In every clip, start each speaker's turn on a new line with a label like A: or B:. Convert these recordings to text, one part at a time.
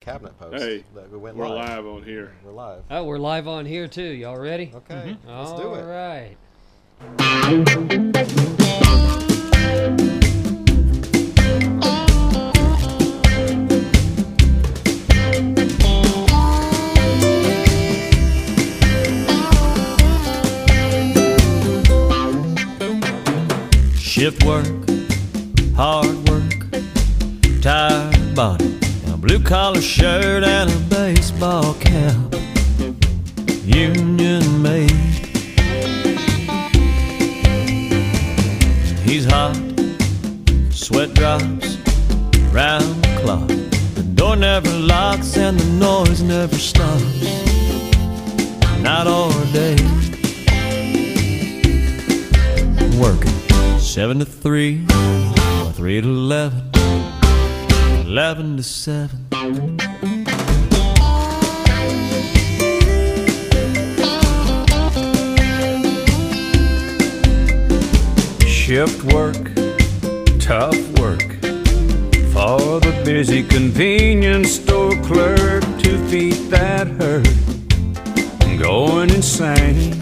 A: cabinet post
B: Hey,
A: that we went
B: We're
A: live.
B: live on here.
A: We're live.
C: Oh, we're live on here too. Y'all ready?
A: Okay, let's
C: All
A: do it.
C: right.
D: Shift work, hard work, tired body, a blue collar shirt and a baseball cap, union made. He's hot, sweat drops, round the clock. The door never locks and the noise never stops, night or day working seven to three or three to eleven, eleven to seven. Shift work, tough work for the busy convenience store clerk. Two feet that hurt, going insane.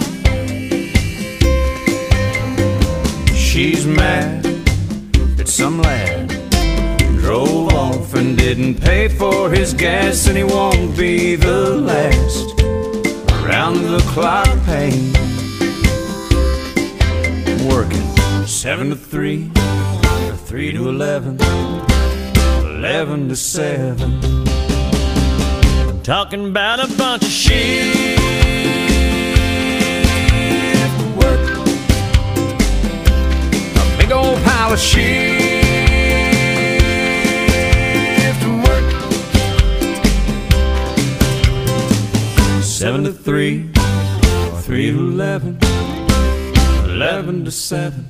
D: She's mad that some lad drove off and didn't pay for his gas, and he won't be the last. Round the clock pain, working seven to three, or three to eleven, eleven to seven. Talking about a bunch of shift work. A big old pile of shift work. Seven to three, or three to eleven, eleven to seven.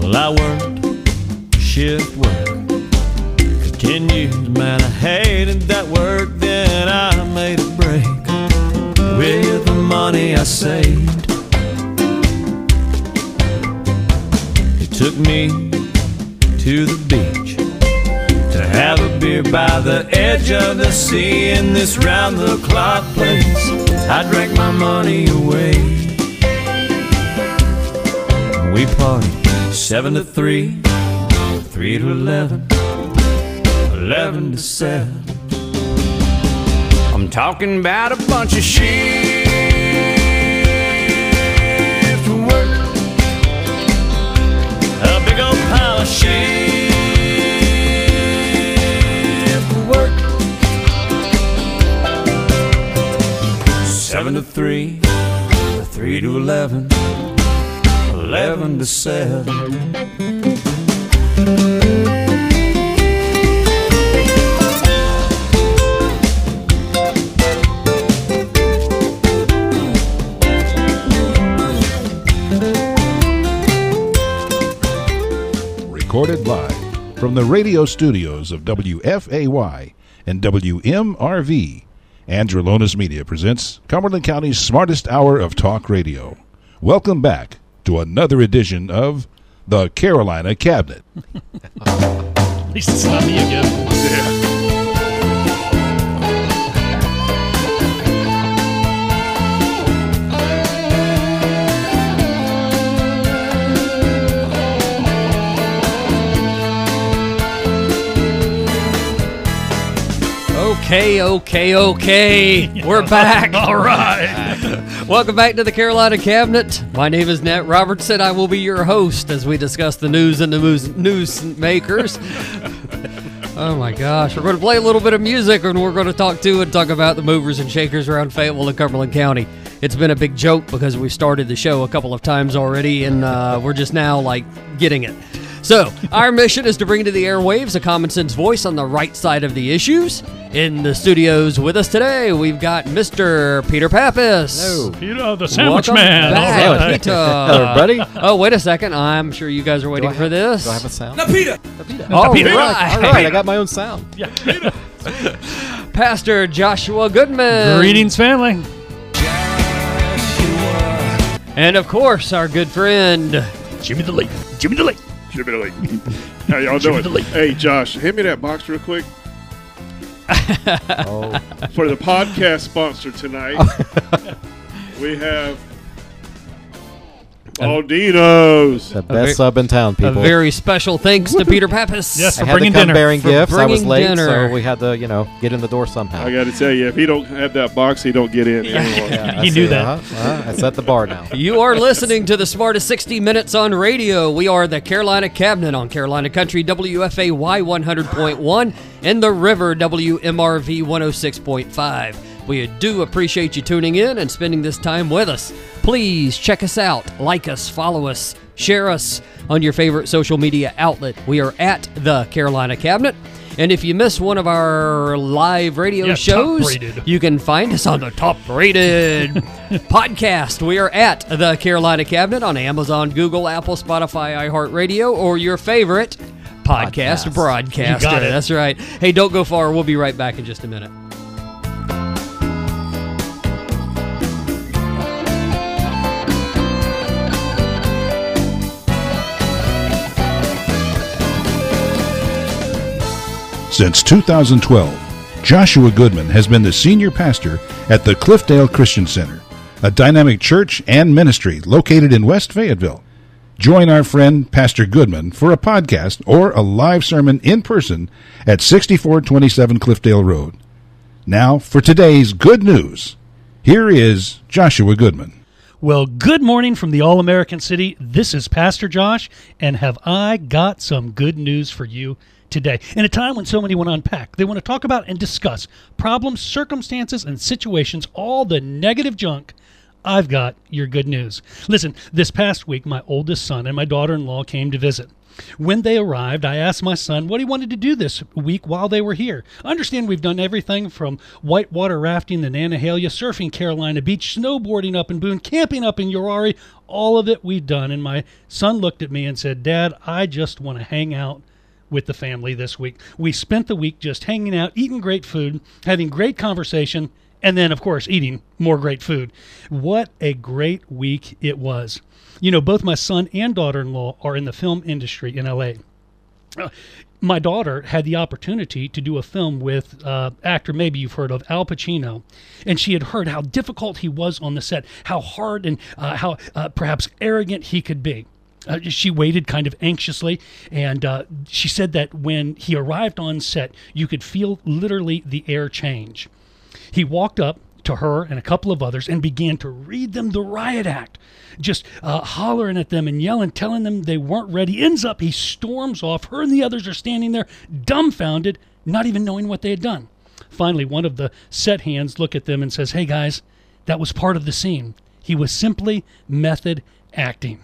D: Well, I worked shift work continued, man. I hated that work, then I made a break with the money I saved. It took me to the beach to have a beer by the edge of the sea in this round the clock place. I drank my money away. We partied seven to three, three to eleven. 11 to 7. I'm talking about a bunch of shift work. A big old pile of shift work. 7 to 3, 3 to 11, 11 to 7.
E: recorded live from the radio studios of WFAY and WMRV. Andrelonis Media presents Cumberland County's smartest hour of talk radio. Welcome back to another edition of the Carolina Cabinet.
F: At least it's not me again.
B: Yeah.
C: Okay, okay, okay. We're back.
F: All right.
C: Welcome back to the Carolina Cabinet. My name is Nat Robertson. I will be your host as we discuss the news and the moos- newsmakers. oh my gosh. We're going to play a little bit of music and we're going to talk to and talk about the movers and shakers around Fayetteville and Cumberland County. It's been a big joke because we started the show a couple of times already and uh, we're just now like getting it. So, our mission is to bring to the airwaves a common sense voice on the right side of the issues. In the studios with us today, we've got Mr. Peter Pappas.
A: Hello.
F: You know, the sandwich
C: Welcome
F: man.
C: back,
F: All right.
C: Peter. Oh, wait a second. I'm sure you guys are waiting for this.
A: Do I have a sound?
C: All
F: Peter.
C: right.
A: All right, I got my own sound.
F: Yeah, Peter.
C: Pastor Joshua Goodman.
F: Greetings, family.
C: And of course, our good friend.
F: Jimmy the Lake. Jimmy the Lake.
A: Jimmy the Lake. How y'all doing?
F: Jimmy the Lake.
A: Hey, Josh, hand me that box real quick. For the podcast sponsor tonight, we have Baldino's.
B: The best sub in town,
C: A
B: people.
C: very special thanks to Peter Pappas.
F: Yes,
B: I
F: for
B: had
F: bringing
B: to come
F: dinner.
B: bearing
C: For
B: gifts. I was
C: bringing
B: late,
C: dinner.
B: so we had to, you know, get in the door somehow.
A: I got to tell you, if he don't have that box, he don't get in. anyway.
B: Yeah, I
F: He knew
B: see.
F: that.
B: Uh-huh. Uh-huh. I set the bar now.
C: You are listening to the smartest 60 minutes on radio. We are the Carolina Cabinet on Carolina Country WFAY 100.1 and the River WMRV 106.5. We do appreciate you tuning in and spending this time with us. Please check us out, like us, follow us, share us on your favorite social media outlet. We are at the Carolina Cabinet. And if you miss one of our live radio
F: Yeah, top
C: shows,
F: rated.
C: you can find us on the top rated podcast. We are at the Carolina Cabinet on Amazon, Google, Apple, Spotify, iHeartRadio, or your favorite podcast,
B: Podcast.
C: broadcaster.
F: You got it.
C: That's right. Hey, don't go far. We'll be right back in just a minute.
E: Since 2012, Joshua Goodman has been the senior pastor at the Cliffdale Christian Center, a dynamic church and ministry located in West Fayetteville. Join our friend Pastor Goodman for a podcast or a live sermon in person at 6427 Cliffdale Road. Now, for today's good news, here is Joshua Goodman.
F: Well, good morning from the All American City. This is Pastor Josh, and have I got some good news for you today? In a time when so many want to unpack, they want to talk about and discuss problems, circumstances, and situations, all the negative junk. I've got your good news. Listen, this past week, my oldest son and my daughter in law came to visit. When they arrived, I asked my son what he wanted to do this week while they were here. Understand we've done everything from whitewater rafting in Annahalia, surfing Carolina Beach, snowboarding up in Boone, camping up in Urari. All of it we've done. And my son looked at me and said, Dad, I just want to hang out with the family this week. We spent the week just hanging out, eating great food, having great conversation, and then, of course, eating more great food. What a great week it was. You know, both my son and daughter in law are in the film industry in LA. Uh, My daughter had the opportunity to do a film with uh, actor maybe you've heard of Al Pacino, and she had heard how difficult he was on the set, how hard and uh, how uh, perhaps arrogant he could be. Uh, she waited kind of anxiously, and uh, she said that when he arrived on set, you could feel literally the air change. He walked up to her and a couple of others and began to read them the riot act, just uh, hollering at them and yelling, telling them they weren't ready. Ends up, he storms off. Her and the others are standing there, dumbfounded, not even knowing what they had done. Finally, one of the set hands look at them and says, "Hey guys, that was part of the scene. He was simply method acting."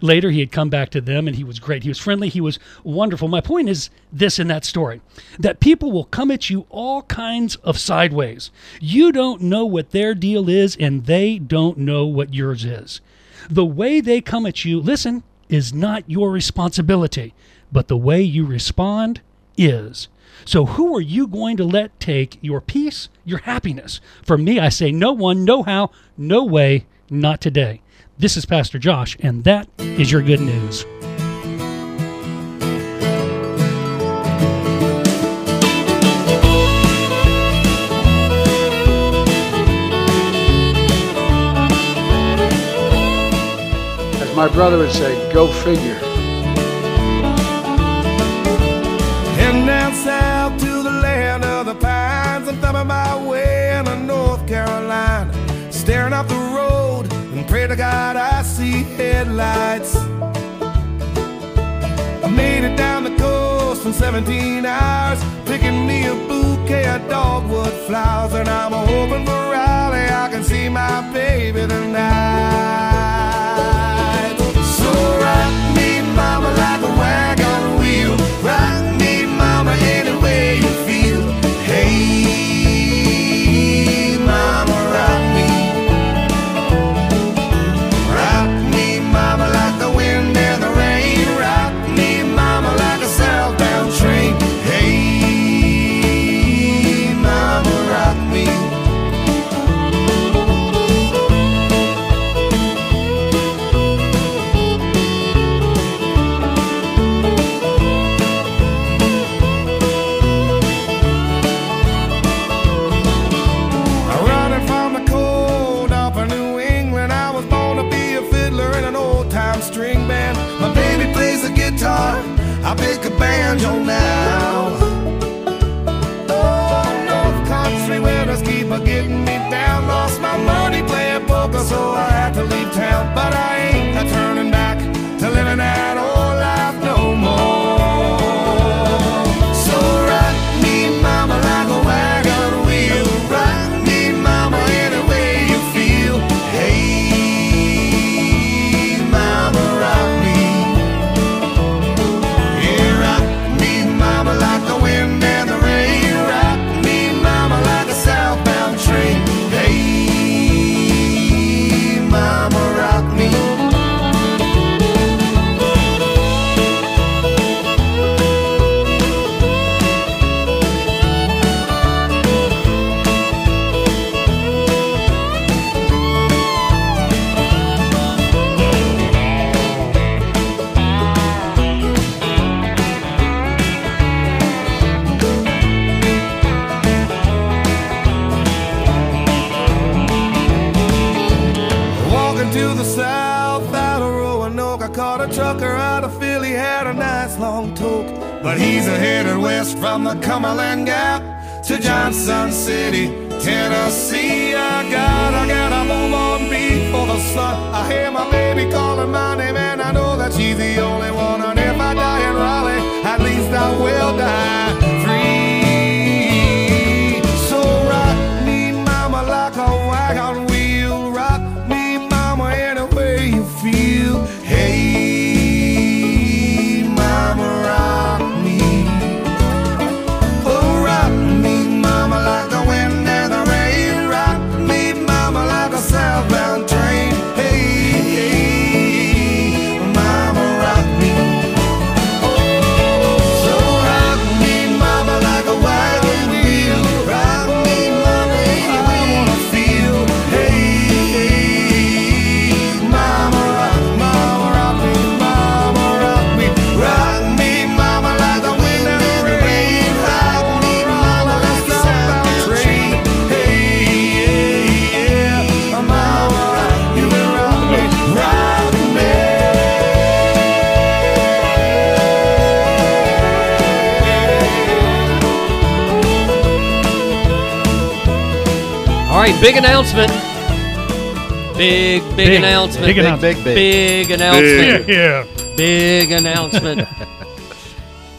F: Later, he had come back to them and he was great. He was friendly. He was wonderful. My point is this in that story that people will come at you all kinds of sideways. You don't know what their deal is, and they don't know what yours is. The way they come at you, listen, is not your responsibility, but the way you respond is. So, who are you going to let take your peace, your happiness? For me, I say, no one, no how, no way, not today. This is Pastor Josh, and that is your good news.
G: As my brother would say, go figure.
D: Heading down south to the land of the pines. I'm thumbing my way into North Carolina. Staring up the road and pray to God I see headlights. I made it down the coast in 17 hours, picking me a bouquet of dogwood flowers. And I'm hoping for Raleigh I can see my baby tonight. So rock me, mama, like a wagon wheel. Rock me, mama, any way you feel. Hey, mama, rock me. Rock me, mama, like the wind and the rain. Rock me, mama, like a southbound train. Hey, mama, rock me.
H: I'll pick a banjo now. Oh, North Country winners keep a getting me down. Lost my money playing poker, so I had to leave town. But I ain't a turning back to living that old life no more. So rock me, mama, like a wagon wheel. Rock me, mama, any way you feel. Hey, mama, rock me. Yeah, rock me, mama, like the wind and the rain. Rock me, mama, like a southbound train. Hey, mama, rock me. Walking to the south out of Roanoke, I caught a trucker out of Philly, had a nice long toke. But he's a headed west from the Cumberland Gap to Johnson City, Tennessee. I got, I got a move on beat for the sun. I hear my baby calling my name, and I know that she's the only one. And if I die in Raleigh, at least I will die free. So rock me, mama, like a wagon wheel. Rock me, mama, any way you feel. Hey, mama, rock me. Oh, rock me, mama, like the wind and the rain. Rock me, mama, like a southbound train. Hey, mama, rock me. So rock me, mama, like a wagon wheel. Rock me, mama, any way you feel. Hey, mama, rock, mama, rock me, mama, rock me, rock me, mama, like the wind and the rain. Rock me, mama, like a southbound train. Hey, yeah, mama, you can rock me, rock me.
C: All right, big announcement. Big, big,
F: Big,
C: announcement.
F: big
D: Big, big, big.
C: Big announcement.
F: Yeah.
C: Big announcement.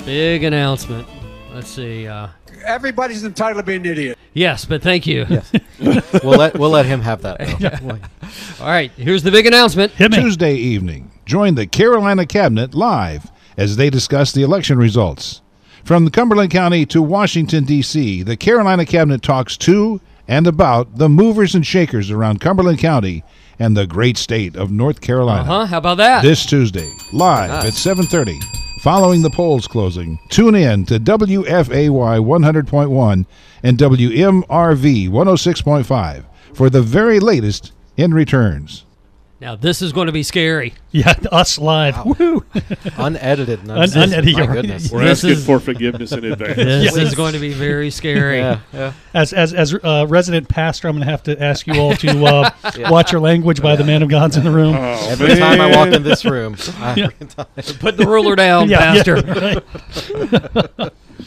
C: big announcement. Let's see. Uh,
G: Everybody's entitled to be an idiot.
C: yes, but thank you.
D: We'll let we'll let him have that. Though.
C: All right, here's the big announcement.
F: Hit me.
E: Tuesday evening, join the Carolina Cabinet live as they discuss the election results. From Cumberland County to Washington, D.C., the Carolina Cabinet talks to and about the movers and shakers around Cumberland County and the great state of North Carolina.
C: Huh? Uh-huh, How about that?
E: This Tuesday, live at 7:30, following the polls closing. Tune in to WFAY 100.1 and WMRV 106.5 for the very latest in returns.
C: Now, this is going to be scary.
F: Yeah, us live. Woo.
D: Unedited. and
F: Un-
D: uncensored.
F: unedited,
D: My
F: you're right.
D: goodness.
A: We're
C: This
A: asking
C: is-
A: for forgiveness in advance.
C: This is going to be very scary.
D: Yeah, yeah.
F: As as as uh, resident pastor, I'm going to have to ask you all to uh, watch your language by the man of God's in the
C: Uh,
F: room.
A: Oh,
D: Every time I
A: man.
D: walk in this room, I,
C: Put the ruler down,
F: Yeah, yeah,
C: Pastor.
F: right.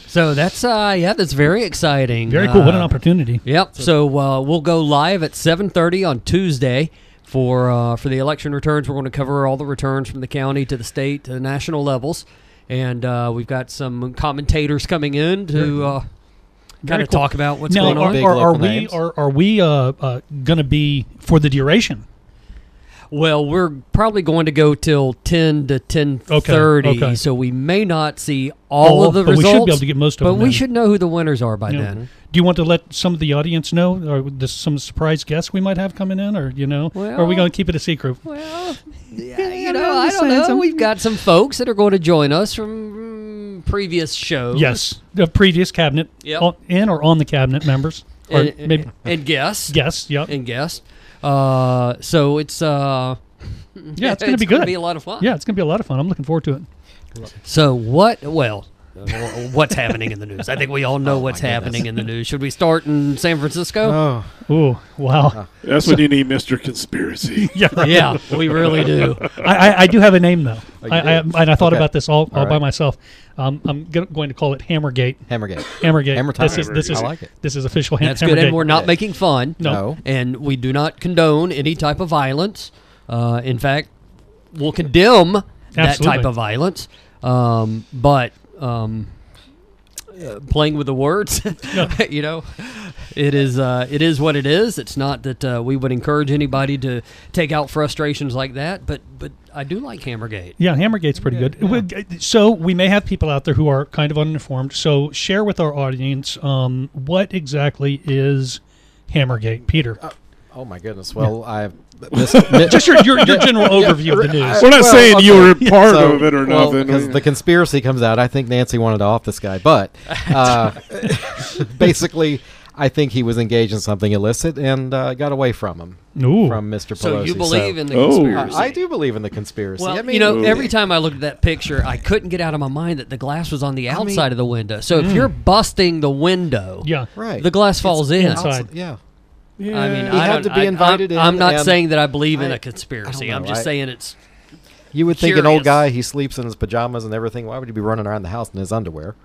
C: So that's uh, yeah, that's very exciting.
F: Very cool. What an
C: Uh,
F: opportunity.
C: Yep. So uh, we'll go live at 7:30 on Tuesday for uh, for the election returns. We're going to cover all the returns from the county to the state to the national levels, and uh, we've got some commentators coming in to uh, kind
F: Very
C: of
F: cool.
C: talk about what's
F: now,
C: going on.
D: Big
F: are, are, are
D: local
F: we
D: names.
F: are, are we uh, uh, going to be for the duration?
C: Well, we're probably going to go till 10 to 10:30,
F: okay.
C: so we may not see all
F: All,
C: of the
F: but we should
C: results.
F: be able to get most of
C: But
F: them
C: we
F: then.
C: should know who the winners are by
F: Yeah.
C: then.
F: Do you want to let some of the audience know, or just some surprise guests we might have coming in, or you know, are we
C: Well-
F: going to keep it a secret?
C: Well, yeah, you know, I don't know. We've got some folks that are going to join us from mm, previous shows.
F: Yes, the previous cabinet,
C: Yep.
F: on- in or on the cabinet members, or
C: and,
F: maybe
C: and guests.
F: yes, yep.
C: And guests. Uh, so it's uh,
F: yeah, it's going to be
C: gonna
F: good.
C: Be a lot of fun.
F: yeah, it's going to be a lot of fun. I'm looking forward to it.
C: So what? Well, wh- what's happening in the news? I think we all know
F: Oh
C: what's happening in the news. Should we start in San Francisco?
D: oh,
F: Ooh, wow.
A: That's when you need Mr. Conspiracy.
F: yeah,
C: yeah, Oh, we really do.
F: I, I, I do have a name though.
B: you
F: I, I,
B: do?
F: and I thought
B: Okay.
F: about this all, all,
B: All
F: by
B: right.
F: myself. Um, I'm go- going to call it Hammergate.
B: Hammergate.
F: Hammergate.
B: Hammer
F: This
B: time.
F: is this
A: Hammergate.
F: is
B: I like it.
F: this is official. Ham-
C: That's good,
F: Hammergate.
C: and we're not making fun.
F: No.
B: No.
C: and we do not condone any type of violence. Uh, in fact, we'll condemn that
F: Absolutely.
C: type of violence. Um, but um, uh, playing with the words, you know, it is uh, it is what it is. It's not that uh, we would encourage anybody to take out frustrations like that. But but I do like Hammergate.
F: Yeah, Hammergate's pretty good. We- So we may have people out there who are kind of uninformed. So share with our audience um, what exactly is Hammergate, Peter.
B: Oh my goodness. Well, I this, mi-
F: Just your, your, your general overview of the news.
A: We're not
B: Well,
A: saying you
B: okay.
A: were part
B: So-
A: of it or
B: well,
A: nothing.
B: Because the conspiracy comes out. I think Nancy wanted to off this guy, but uh, basically, I think he was engaged in something illicit and uh, got away from him
F: Ooh.
B: from Mr. Pelosi.
C: So you believe in the
A: Oh.
C: conspiracy?
B: I do believe in the conspiracy.
C: Well,
B: I mean,
C: you know,
A: Ooh.
C: every time I looked at that picture, I couldn't get out of my mind that the glass was on the outside of the window. So
B: mm.
C: if you're busting the window,
F: Yeah.
B: right?
C: the glass falls in.
F: inside.
B: Also- yeah.
C: I mean,
B: He
C: I
B: had
C: don't-
B: to be
C: I-
B: invited
C: I'm,
B: in,
C: I'm not
B: and
C: saying that I believe in
B: I-
C: a conspiracy.
B: I
C: I'm
B: don't know,
C: just
B: I-
C: saying it's.
B: You would think an old
C: Curious.
B: guy he sleeps in his pajamas and everything. Why would you be running around the house in his underwear?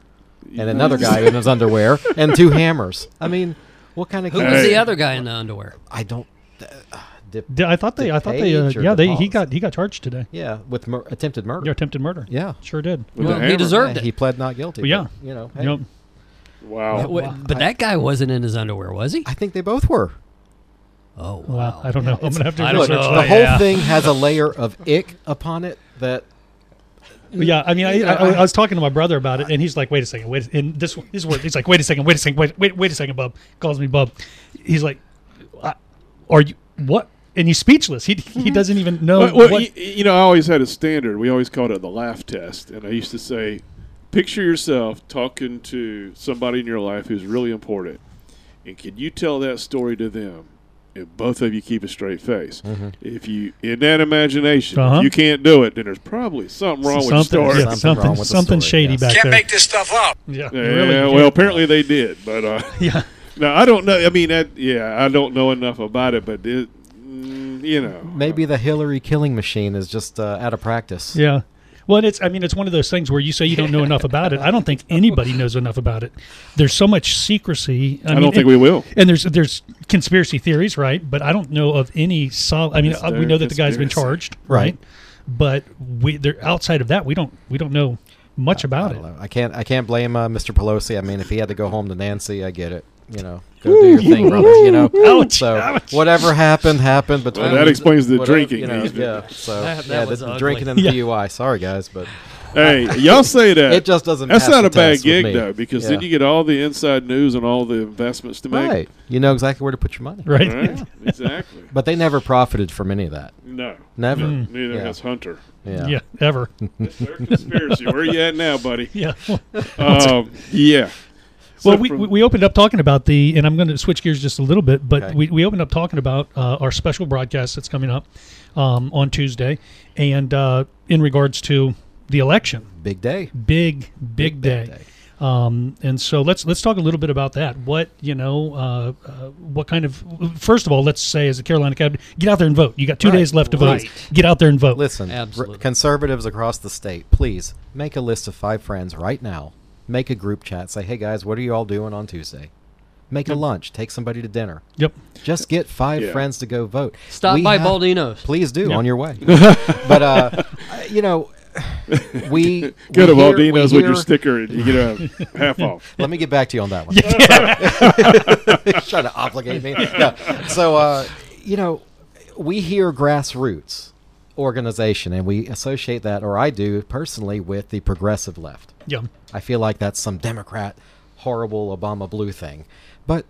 B: And another guy in his underwear and two hammers. I mean, what kind of
C: Who was
A: Hey.
C: the other guy in the underwear?
B: I don't. Uh, dip,
F: D- I thought they. I thought they. Uh,
B: DePage or
F: yeah, they. He
B: DePaul's?
F: got. He got charged today.
B: yeah, with mur- attempted murder.
F: Yeah, attempted murder.
B: Yeah.
F: Sure did.
C: well,
A: With the
C: he
A: hammer.
B: Yeah,
C: deserved it.
B: He pled not guilty.
F: Well, yeah.
B: but, you know. hey,
F: Yep.
A: wow.
C: Wait, but that guy wasn't in his underwear, was he?
B: I think they both were.
C: Oh wow!
F: Wow. I don't know. I'm gonna have to
C: I don't
B: Look,
F: research
C: know.
B: the
F: that.
B: whole
C: yeah.
B: thing has a layer of ick upon it that
F: Yeah, I mean, I, I, I was talking to my brother about it, and he's like, "Wait a second, wait." And this this word, he's like, "Wait a second, wait a second, wait, wait, wait a second, bub." Calls me bub. He's like, I- "Are you what?" And he's speechless. He he
B: Mm-hmm.
F: doesn't even know.
A: Uh, Well, well,
F: what-
A: y- y- you know, I always had a standard. We always called it the laugh test, and I used to say, "Picture yourself talking to somebody in your life who's really important, and can you tell that story to them?" And both of you keep a straight face. If you, in that imagination, if
F: Mm-hmm. Uh-huh.
A: you can't do it, then there's probably something wrong with
F: something,
A: your story.
F: yeah,
B: Something
F: something,
B: wrong with the
F: something
B: story,
F: shady
B: yes.
F: back there.
D: this stuff up.
F: yeah,
A: Yeah,
F: really,
A: well, apparently they did, but uh,
F: yeah.
A: now I don't know. I mean, that, yeah, I don't know enough about it, but it, mm, you know,
B: maybe the Hillary killing machine is just uh, out of practice.
F: Yeah. Well, and it's I mean it's one of those things where you say you don't know enough about it. I don't think anybody knows enough about it. There's so much secrecy.
A: I,
F: mean,
A: don't think
F: and-
A: we will.
F: And there's there's conspiracy theories, right? But I don't know of any solid. I mean,
A: Is
F: uh, we
A: there
F: know that the guy's been
A: conspiracy?
F: charged,
B: Right.
F: But we there outside of that, we don't we don't know much
B: I
F: about
B: don't
F: it.
B: know. I can't. I can't blame uh, Mr. Pelosi. I mean, if he had to go home to Nancy, I get it. You know, go do your thing, brother. You know,
F: Ouch,
B: so
F: ouch.
B: whatever happened happened. Between
A: that explains the
B: whatever,
A: drinking
B: You know,
A: he's been-
B: yeah. So
C: That- that
B: yeah,
C: was
B: the,
C: ugly.
B: drinking and
F: Yeah.
B: DUI. Sorry guys, but
A: Hey, y'all say that.
B: It just doesn't
A: That's
B: pass
A: not
B: the
A: a bad
B: test with
A: gig
B: me.
A: though, because then
B: Yeah.
A: you get all the inside news and all the investments to make.
B: right, you know exactly where to put your money.
F: Right?
A: All right? exactly.
B: But they never profited from any of that.
A: No,
B: Never.
C: Mm.
A: neither
B: Yeah.
A: has Hunter.
B: Yeah.
F: yeah. Ever.
A: They're a conspiracy. Where you at now, buddy?
F: Yeah.
A: Um, yeah. So
F: Well, we,
A: from-
F: we we opened up talking about the, and I'm going to switch gears just a little bit, but
B: Okay.
F: we, we opened up talking about uh, our special broadcast that's coming up um, on Tuesday, and uh, in regards to the election,
B: Big day.
F: big big, day. Um, and so let's let's talk a little bit about that. What you know, uh, uh, what kind of? First of all, let's say as a Carolina cabinet, get out there and vote. You got two
B: Right,
F: days left to
C: right.
F: vote. Get out there and vote.
B: Listen, r-
C: Absolutely.
B: conservatives across the state, please make a list of five friends right now. Make a group chat. Say, hey guys, what are you all doing on Tuesday? Make
C: Mm.
B: a lunch. Take somebody to dinner.
F: Yep.
B: Just get five
A: Yeah.
B: friends to go vote.
C: Stop
B: We
C: by
B: have-
C: Baldino's.
B: Please do
F: Yeah.
B: on your way. but uh, you know, we
A: Go
B: we
A: to
B: hear- we
A: Baldino's with your
B: hear-
A: sticker and you get a half off.
B: Let me get back to you on that one. trying to obligate me. No. So, uh, you know, we hear grassroots organization and we associate that, or I do personally, with the progressive left.
F: Yeah.
B: I feel like that's some Democrat, horrible Obama blue thing. But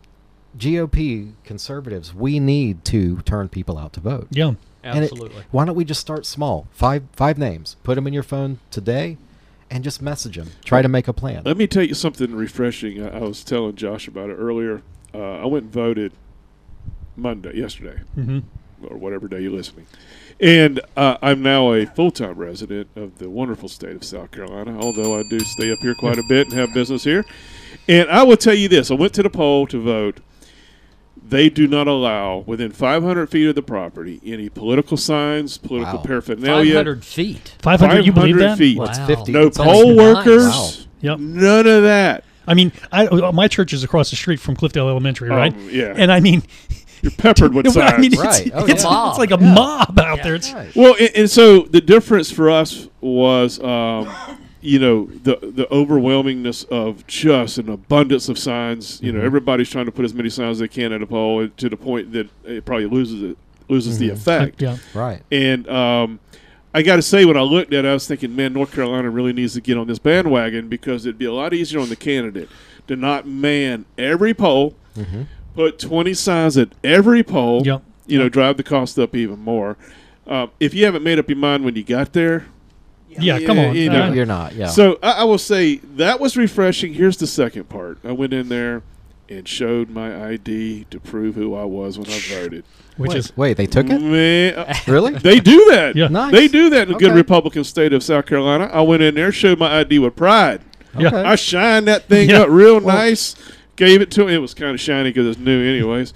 B: GOP conservatives, we need to turn people out to vote.
F: Yeah.
B: And it-
C: Absolutely.
B: why don't we just start small? Five five names. Put them in your phone today, and just message them. Try to make a plan.
A: Let me tell you something refreshing. I, I was telling Josh about it earlier. Uh, I went and voted Monday, yesterday, or whatever day you're listening. And uh, I'm now a full time resident of the wonderful state of South Carolina, although I do stay up here quite a bit and have business here. And I will tell you this I went to the poll to vote. They do not allow within 500 feet of the property any political signs, political
B: Wow.
A: paraphernalia.
C: 500 feet.
F: 500, you believe
A: 500
F: that?
A: feet.
B: Well, it's
C: Wow.
B: 50.
A: No
B: it's almost
A: poll
B: nine.
A: workers.
B: Wow.
F: Yep.
A: None of that.
F: I mean, I, uh, my church is across the street from Cliffdale Elementary, right?
A: Oh, yeah.
F: And I mean,
A: You're peppered with signs.
F: I mean, it's,
B: Right. Oh,
F: it's,
C: yeah.
F: it's like a
C: Yeah.
F: mob out there. It's,
B: Right.
A: Well, and, and so the difference for us was, um, you know, the the overwhelmingness of just an abundance of signs. You know, everybody's trying to put as many signs as they can at a pole, and to the point that it probably loses it loses the effect.
F: Yeah.
B: Right.
A: And um, I got to say, when I looked at it, I was thinking, man, North Carolina really needs to get on this bandwagon because it'd be a lot easier on the candidate to not man every poll, put 20 signs at every poll,
F: Yep.
A: you know, drive the cost up even more. Um, if you haven't made up your mind when you got there,
F: Yeah, come on.
A: you
F: Uh,
A: know.
B: You're not. Yeah.
A: so I, I will say that was refreshing. Here's the second part. I went in there and showed my ID to prove who I was when I voted.
F: which
B: wait,
F: is
B: wait, they took it?
A: Man, uh,
B: Really?
A: They do that.
F: Yeah.
B: Nice.
A: They do that in the good
B: Okay.
A: Republican state of South Carolina. I went in there, showed my ID with pride.
F: yeah.
B: Okay.
A: I shined that thing
F: Yeah.
A: up real nice. Gave it to him. It was kind of shiny because it's new, anyways.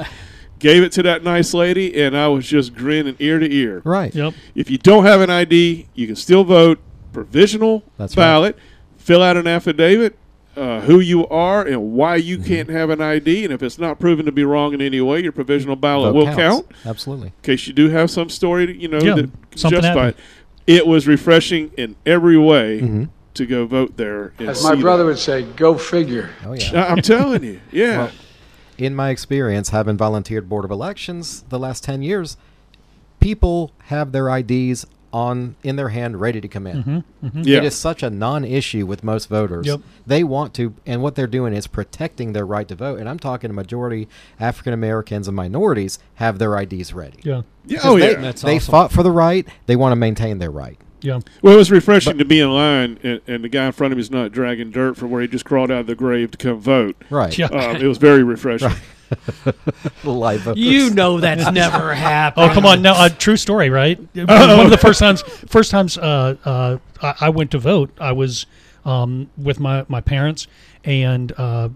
A: Gave it to that nice lady, and I was just grinning ear to ear.
B: Right.
F: Yep.
A: If you don't have an ID, you can still vote provisional
B: That's right.
A: ballot. Fill out an affidavit, uh, who you are and why
B: Mm-hmm.
A: you can't have an ID, and if it's not proven to be wrong in any way, your provisional ballot
B: Vote
A: Oh, will
B: counts.
A: count
B: Absolutely.
A: in case you do have some story, you know,
F: Yeah,
A: that can justify
F: something
A: it.
F: happened.
A: It was refreshing in every way to go vote there. And
G: As my
A: see
G: brother
A: that.
G: would say, go figure.
B: Oh yeah.
A: I- I'm telling you, yeah.
B: in my experience, having volunteered Board of Elections the last 10 years, people have their IDs on in their hand ready to come in.
C: Mm-hmm.
A: yeah.
B: It is such a non-issue with most voters.
F: Yep.
B: They want to and what they're doing is protecting their right to vote and I'm talking a majority African Americans and minorities have their IDs ready.
F: Yeah.
A: yeah. Oh
B: they,
A: yeah.
C: That's
B: they
C: awesome.
B: fought for the right, they want to maintain their right.
F: Yeah.
A: well, it was refreshing to be in line, and, and the guy in front of me is not dragging dirt from where he just crawled out of the grave to come vote.
B: Right.
F: Yeah.
A: Um, it was very refreshing.
B: Live voters.
C: You know that's never happened.
F: Oh come on! Now, a true story, right? One of the first times, first times uh, uh, I, I went to vote, I was um, with my, my parents and uh,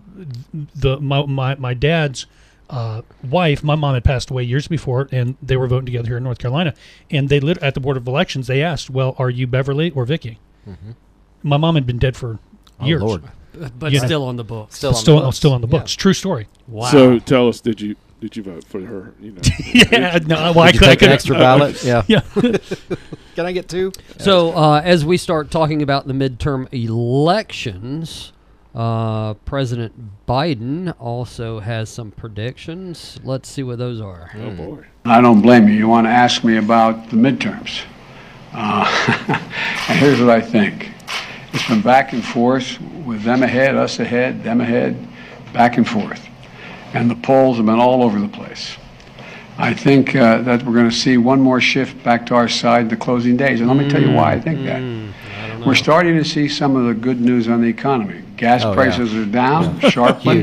F: the my my, my dad's uh, wife. My mom had passed away years before, and they were voting together here in North Carolina. And they lit at the board of elections. They asked, "Well, are you Beverly or Vicky?" My mom had been dead for
B: Mm-hmm. Oh,
F: years.
B: Lord.
C: But
F: You know.
C: still on the books.
B: Still on
F: Still,
B: the books.
F: still on the
B: Yeah.
F: books. True story.
C: Wow.
A: So tell us, did you did you vote for her? You know.
F: Yeah, no, well, I,
B: Did you
F: could- I
B: take an
F: could-
B: extra ballot? Yeah.
F: Yeah,
B: Can I get two?
C: So, uh, as we start talking about the midterm elections, uh, President Biden also has some predictions. Let's see what those are.
A: Oh boy.
G: I don't blame you. You want to ask me about the midterms. Uh, and here's what I think it's been back and forth with them ahead, us ahead, them ahead, back and forth. And the polls have been all over the place. I think uh, that we're going to see one more shift back to our side in the closing days. And let me tell you why I think that. We're starting to see some of the good news on the economy. Gas
B: Oh, yeah.
G: prices are down sharply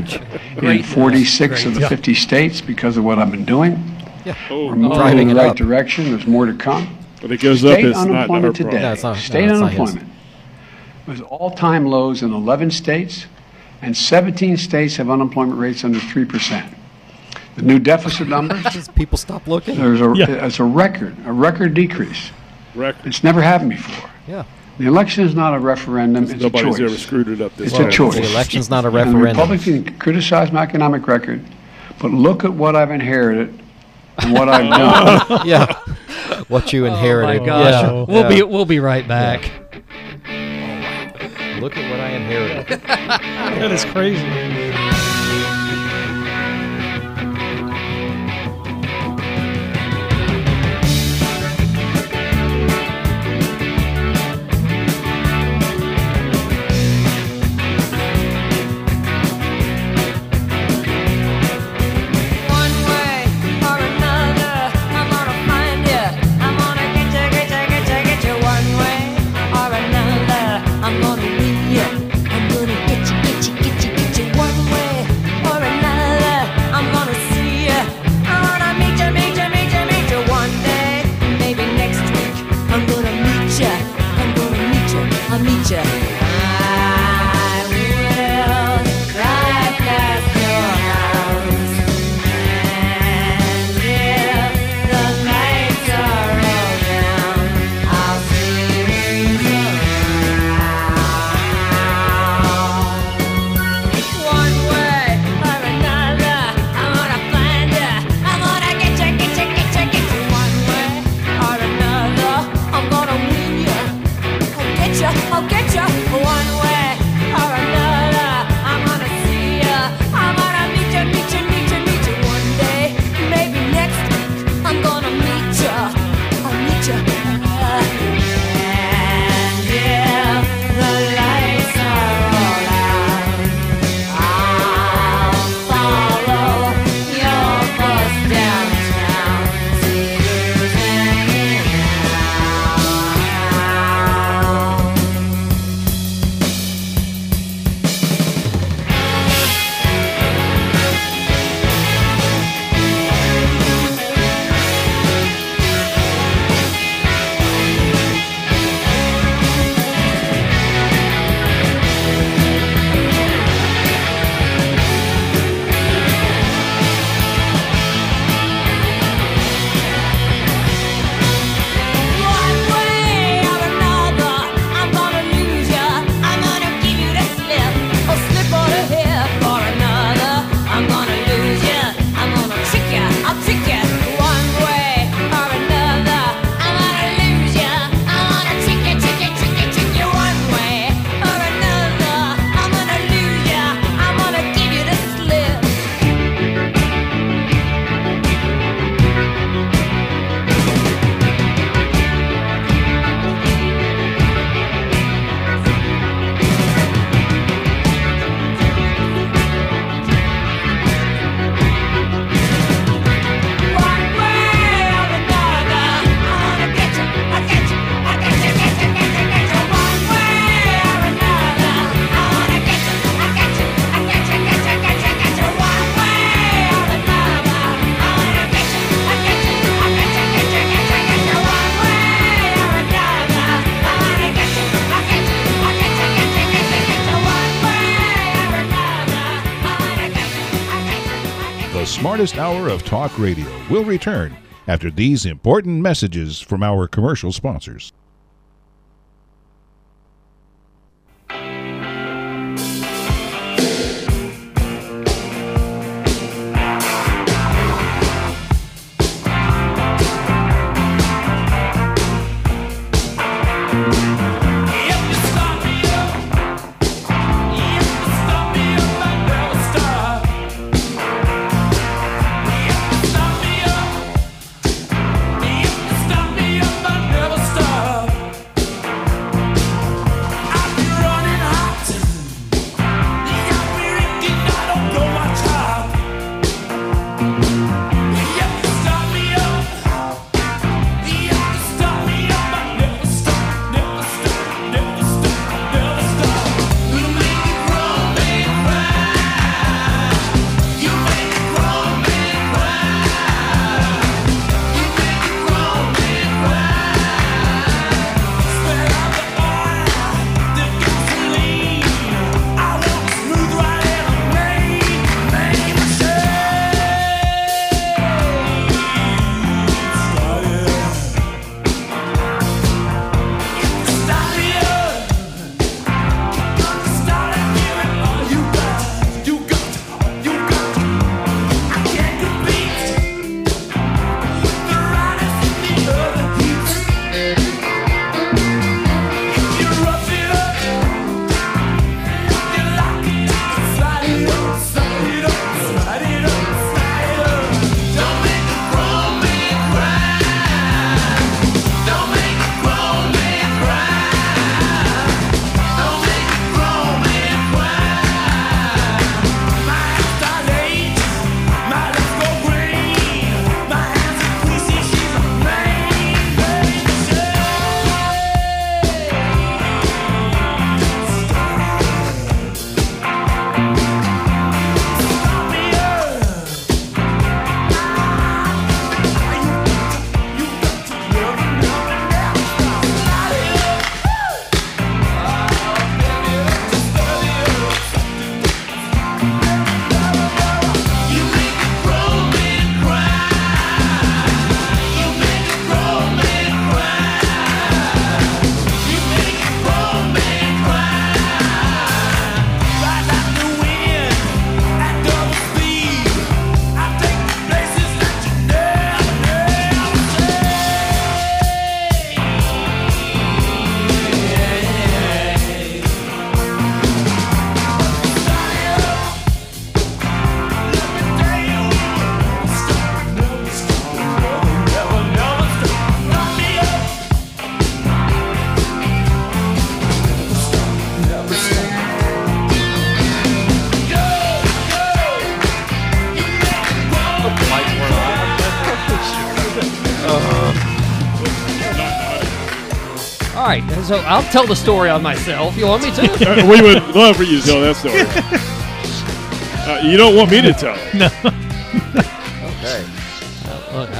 B: Huge.
G: in 46 of the
F: Yeah.
G: 50 states because of what I've been doing.
A: Oh,
G: We're moving
B: Driving
G: in
B: it
G: the right
B: up.
G: direction. There's more to come.
A: When it goes up,
G: State
A: it's not her
G: unemployment today.
A: problem.
B: No, it's not- no,
G: State
B: it's not his.
G: unemployment was all-time lows in 11 states, and 17 states have unemployment rates under 3%. The new deficit numbers,
B: Just people stop looking.
G: there's a,
F: Yeah.
G: it's a record, a record decrease.
A: Record.
G: It's never happened before.
B: Yeah.
G: The election is not a referendum. It's a
A: Nobody's ever
G: choice.
A: screwed it up this
G: It's a
A: bad.
G: choice.
B: The election's not a
G: And the
B: referendum.
G: Republicans can criticize my economic record, but look at what I've inherited and what I've done.
B: yeah. What you
C: Oh my
B: inherited.
C: gosh,
B: Yeah.
C: we'll be
B: Yeah.
C: we'll be right back.
B: Look at what I inherited.
F: that is crazy.
I: One way or another, I'm gonna find you. I'm gonna get you, get you, get you, get you. One way or another, I'm gonna be you. I'm gonna get you, get you, get you, get you. One way
E: smartest hour of talk radio will return after these important messages from our commercial sponsors.
C: All right, so I'll tell the story on myself. You want me to?
A: Uh, we would love for you to tell that story. Uh, you don't want me to tell it.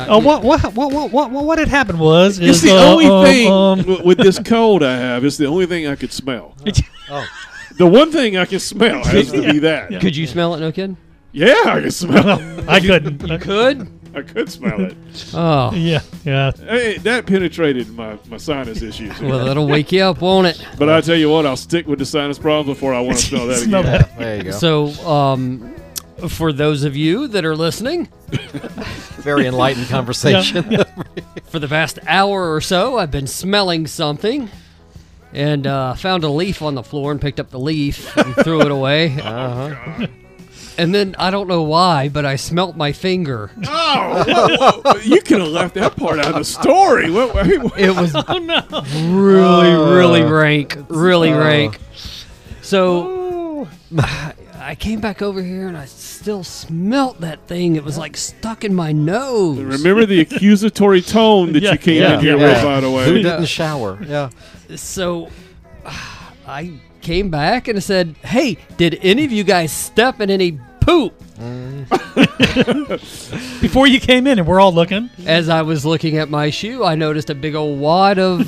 C: Oh,
F: Uh, what, what, what, what, what, what had happened was
A: It's
F: is
A: the
F: uh,
A: only
F: um,
A: thing
F: um,
A: w- with this cold I have. It's the only thing I could smell.
B: Oh.
A: The one thing I can smell has to be that. Yeah,
C: Could you smell it, no kid?
A: I can smell it.
F: I couldn't. I-
C: Could?
A: I could smell it.
C: Oh,
F: Yeah, yeah.
A: Hey, that penetrated my, my sinus issues.
C: well, that'll wake you up, won't it?
A: But I tell you what, I'll stick with the sinus problem before I want to smell that
F: Smell
A: again.
F: that.
B: There you go.
C: So, um, for those of you that are listening,
B: Very enlightened conversation.
C: for the past hour or so, I've been smelling something and uh, found a leaf on the floor and picked up the leaf and threw it away. Uh-huh. And then I don't know why, but I smelt my finger.
A: Oh, whoa, whoa. you could have left that part out of the story. What, I mean, what-
C: It was really, really rank, really rank. So I came back over here and I still smelt that thing. It was like stuck in my nose.
A: Remember the accusatory tone that
F: Yeah,
A: you came
F: yeah,
A: in here
F: yeah.
A: with, by the
B: Who
A: way.
B: didn't shower? Yeah.
C: So I came back and I said, "Hey, did any of you guys step in any poop?"
F: Before you came in, and we're all looking.
C: As I was looking at my shoe, I noticed a big old wad of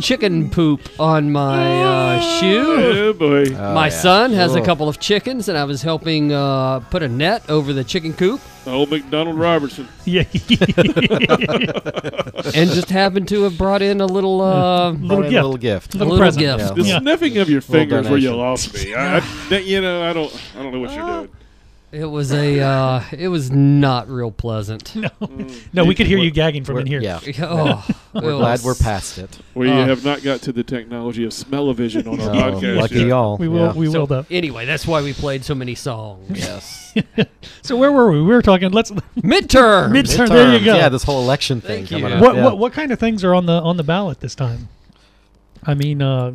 C: chicken poop on my uh, shoe.
A: Oh boy.
C: my
B: yeah.
C: son has a
B: Ugh.
C: couple of chickens, and I was helping uh, put a net over the chicken coop,
A: Old McDonald Robertson.
F: Yeah,
C: and just happened to have brought in a little. Uh,
F: Little
B: Brought in
F: gift.
B: a little gift.
C: Little
F: Little present.
C: gift.
A: The
F: Yeah.
A: sniffing of your
B: Little
A: fingers where you
B: donation.
A: lost me. I, I- that- you know, I don't, I don't know what you're doing.
C: It was a. Uh, it was not real pleasant.
F: No, we could hear you gagging from in here.
B: Yeah.
C: Oh,
B: We're glad we're past it.
A: We have not got to the technology of smell-o-vision on our
B: Oh,
A: podcast
B: lucky
A: yet.
B: y'all.
F: We will.
B: Yeah.
F: We will though.
C: Anyway, that's why we played so many songs. Yes.
F: So where were we? We were talking. Let's.
C: Midterm.
F: Midterm. There you
B: Midterms.
F: go.
B: Yeah, this whole election thing
C: Thank you.
B: coming up.
F: what,
B: yeah.
F: what what kind of things are on the on the ballot this time? I mean, uh,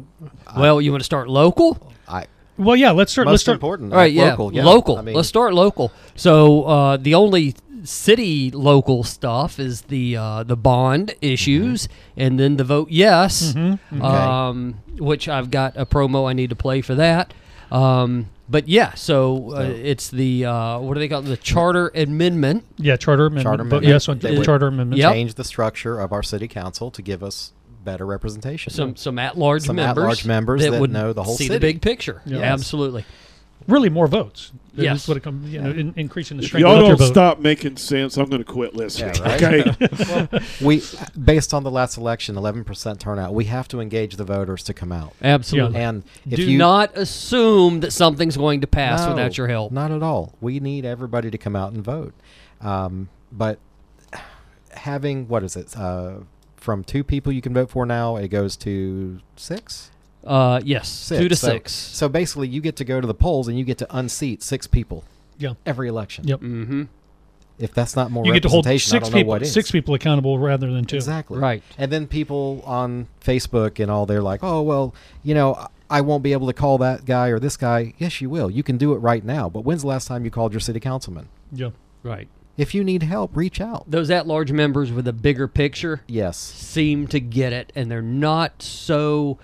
C: well, you want to start local?
B: I,
F: well, yeah. Let's start.
B: most
F: Let's start.
B: important.
C: All right, yeah,
B: Local.
C: local.
B: Yeah. I mean,
C: Let's start local. So uh, the only city local stuff is the uh, the bond issues,
B: Mm-hmm.
C: and then the vote yes, um, which I've got a promo I need to play for that. Um, but yeah, so uh, it's the uh, what do they call it? the charter amendment?
F: Yeah, charter amendment.
B: Charter
F: But
B: amendment.
F: yes, on
B: They would-
F: charter amendment.
C: Yep.
B: change the structure of our city council to give us better representation.
C: Some some at large
B: Some
C: members,
B: at-large members that
C: would
B: know the whole
C: see the
B: city.
C: big picture.
F: Yes.
C: Absolutely.
F: Really, more votes. That's
C: Yes.
F: what it comes. You know, in, increasing the
A: If
F: strength
A: y'all
F: of your
A: don't
F: vote.
A: stop making sense, I'm going to quit listening.
B: Yeah, right?
A: Okay.
B: we, based on the last election, 11% turnout. We have to engage the voters to come out.
C: Absolutely.
B: And if
C: Do
B: you
C: not assume that something's going to pass
B: No,
C: without your help.
B: Not at all. We need everybody to come out and vote. Um, but having what is it? Uh, from two people you can vote for now, it goes to six.
C: Uh, yes,
B: Six.
C: two to
B: So-
C: six.
B: So basically, you get to go to the polls and you get to unseat six people
F: Yeah.
B: every election.
F: Yep.
C: mm-hmm.
B: If that's not more
F: You get to hold
B: representation,
F: six
B: I don't know
F: people.
B: what is.
F: Six people accountable rather than two.
B: Exactly.
C: Right.
B: And then people on Facebook and all, they're like, oh, well, you know, I- I won't be able to call that guy or this guy. Yes, you will. You can do it right now. But when's the last time you called your city councilman?
F: Yeah.
C: Right.
B: If you need help, reach out.
C: Those at large members with a bigger picture
B: Yes.
C: seem to get it, and they're not so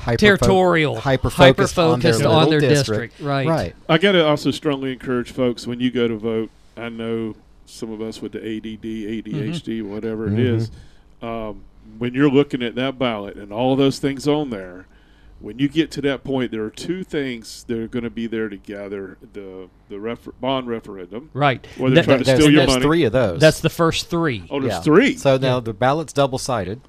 B: Hyperfo-
C: territorial,
B: Hyper-focused, on their,
C: hyper-focused
B: little
C: on their
B: district.
C: district, right.
B: Right.
A: I got to also strongly encourage folks when you go to vote. I know some of us with the ADD,
C: Mm-hmm.
A: ADHD, whatever it is. Um, when you're looking at that ballot and all those things on there, when you get to that point, there are two things that are going to be there to gather the the refer- bond referendum.
C: right.
A: Well, they're
C: That-
A: trying to
B: There's,
A: steal your
B: there's
A: money.
B: three of those.
C: that's the first three.
A: Oh, there's
B: Yeah.
A: three.
B: So now the ballot's double sided,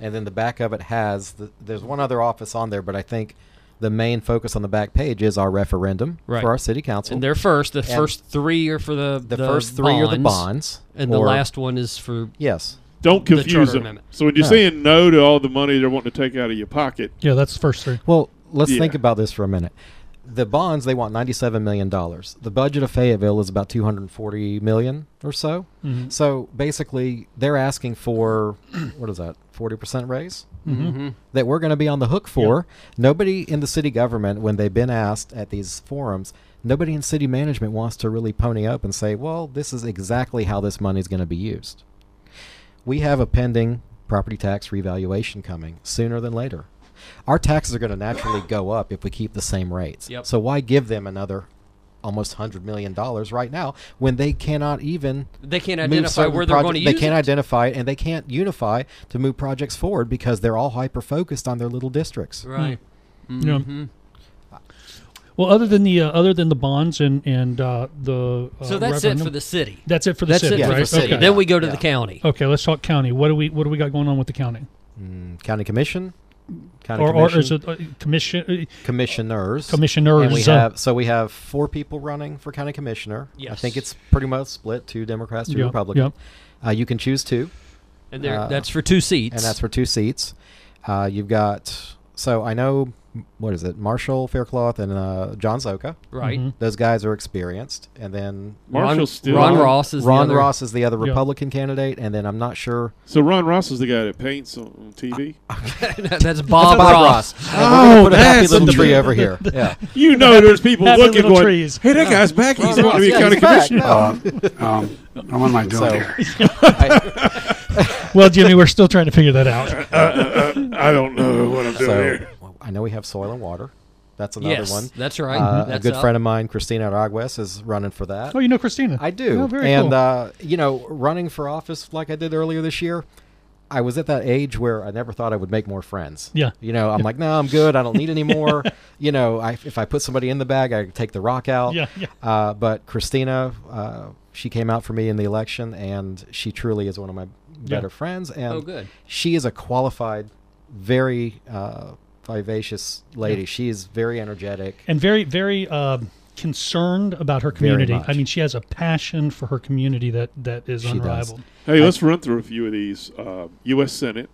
B: and then the back of it has the, there's one other office on there, but I think the main focus on the back page is our referendum
C: Right.
B: for our city council.
C: And they're first. The
B: And
C: first three are for the
B: the, first three are the bonds,
C: and the
B: or-
C: last one is for
B: Yes,
A: Don't
C: the
A: confuse
C: charter
A: them.
C: amendment.
A: So when you're
B: No.
A: saying no to all the money they're wanting to take out of your pocket,
F: Yeah. That's the first three.
B: Well, let's
A: Yeah.
B: think about this for a minute. The bonds they want ninety-seven million dollars. The budget of Fayetteville is about two hundred forty million or so.
C: Mm-hmm.
B: So basically, they're asking for what is that forty percent raise
C: Mm-hmm.
B: that we're going to be on the hook for. Nobody in the city government, when they've been asked at these forums, nobody in city management wants to really pony up and say, "Well, this is exactly how this money is going to be used." we have a pending property tax revaluation coming sooner than later. Our taxes are going to naturally go up if we keep the same rates.
C: Yep.
B: So why give them another almost hundred million dollars right now when they cannot even
C: they can't
B: move
C: identify
B: certain
C: where they're
B: proje-
C: going to use
B: They can't
C: it.
B: identify it and they can't unify to move projects forward because they're all hyper focused on their little districts.
C: Right.
F: Hmm. Yeah.
C: Mm-hmm.
F: Well, other than the uh, other than the bonds and and uh, the uh,
C: So that's it
F: referendum-
C: for the city.
F: That's it for the
C: That's
F: city,
C: it for
F: right?
C: the city.
F: Okay. Oh.
C: Then we go to the county.
F: okay, let's talk county. What do we what do we got going on with the county?
B: Mm, County commission, county
F: Or, or
B: commission,
F: is it uh, commission?
B: commissioners,
F: Commissioners,
B: And we
F: uh,
B: have so we have four people running for county commissioner. I
C: Yes.
B: think it's pretty much split: two Democrats, two
F: Yeah,
B: Republicans. Uh, you can choose two,
C: And there,
B: Uh,
C: that's for two seats.
B: and that's for two seats. Uh, you've got so I know what is it? Marshall Faircloth and uh, John Zoka.
C: right.
F: Mhm.
B: Those guys are experienced, and then
A: Marshall's
C: Ron,
A: still
C: Ron Ross is the
B: Ron
C: other-
B: Ross is the other
F: Yeah.
B: Republican candidate, and then I'm not sure
A: So Ron Ross is the guy that paints on on TV.
C: that's Bob,
B: Bob
C: Ross.
B: Ross.
A: Oh,
B: And we're gonna put a happy little tree over here. Yeah,
A: You know, there's people
F: happy
A: looking
F: little
A: going,
F: trees.
A: "Hey, that guy's back. He's wanting to be
B: yeah,
A: a county
B: he's back.
A: commissioner."
G: Uh, um, what am I doing
B: So-
G: here?
B: I,
F: uh, Well, Jimmy, we're still trying to figure that out.
A: I don't know what I'm doing
B: so
A: here.
B: I know we have soil and water. That's another
C: Yes,
B: one.
C: that's right. Mm-hmm.
B: Uh,
C: That's
B: a good
C: up.
B: friend of mine, Christina Aragues, is running for that.
F: Oh, you know Christina?
B: I do.
F: Oh, very
B: and
F: cool.
B: uh, you know, running for office like I did earlier this year, I was at that age where I never thought I would make more friends.
F: Yeah.
B: You know, I'm like, no, I'm good. I don't need any more. you know, I, if I put somebody in the bag, I take the rock out.
F: Yeah, yeah.
B: Uh, but Christina, uh, she came out for me in the election, and she truly is one of my better friends. And
C: Oh, good.
B: She is a qualified, very uh, vivacious lady. She is very energetic.
F: and very very um concerned about her community.
B: much.
F: I mean, she has a passion for her community that that is
B: She does.
F: unrivaled.
A: Hey, let's run through a few of these. Uh, U.S. Senate.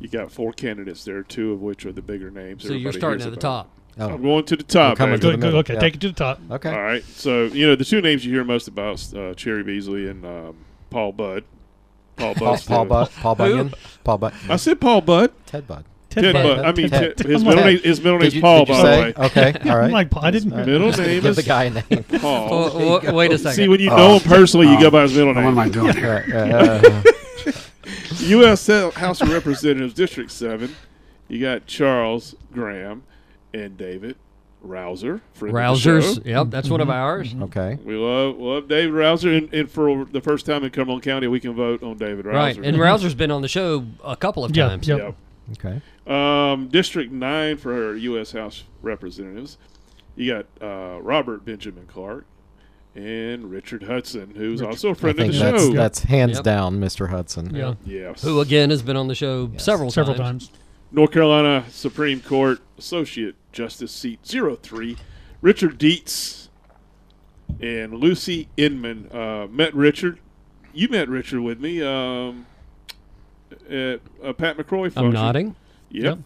A: You got four candidates there, two of which are the bigger names.
C: So you're
A: everybody
C: starting
A: hears
C: at the
A: about.
C: top.
B: Oh,
A: I'm going to the top.
B: coming
A: baby.
B: to the
F: Good, good,
B: middle,
F: okay,
B: yeah.
F: take it to the top.
B: okay.
A: All right. So, you know, the two names you hear most about uh, Cherry Beasley and um, Paul Budd. Paul Budd.
B: Paul, Paul, Bu- Paul Bunyan. Paul Bunyan.
A: I said Paul Budd.
B: Ted Bud.
F: Ted
A: Ted
F: Budd.
A: Budd. I mean,
B: Ted-
A: Ted, his,
F: Ted.
A: middle name, his middle name's Paul, by the way.
B: Okay, all right.
F: I'm like, I didn't.
B: All right.
A: Middle name
B: Give
A: is
B: the guy a name.
A: Paul.
C: Oh, w- wait a second.
A: See, when you know him personally, you go by his middle
G: What am
A: name.
G: I doing here?
B: Uh, uh,
A: U.S. Sen- House of Representatives, District 7. You got Charles Graham and David Rouser. friend of the show.
C: Rousers. Yep, that's one of ours.
B: okay.
A: We love love David Rouser, and, and for the first time in Cumberland County, we can vote on David
C: Right.
A: Rouser.
C: And Rouser's been on the show a couple of
F: Yeah,
C: times.
F: yeah.
A: Yep.
B: Okay.
A: Um, District nine for her U.S. House representatives. You got uh, Robert Benjamin Clark and Richard Hudson, who's also a
B: I
A: friend of
B: think
A: the
B: that's,
A: show.
B: that's hands
C: Yep.
B: down Mr. Hudson.
F: Yeah.
A: yes.
C: Who, again, has been on the show several,
F: Several
C: times.
F: times.
A: North Carolina Supreme Court Associate Justice seat 03, Richard Dietz and Lucy Inman. Uh, met Richard. You met Richard with me. Um, at a Pat McCroy function.
C: I'm nodding.
A: Yep.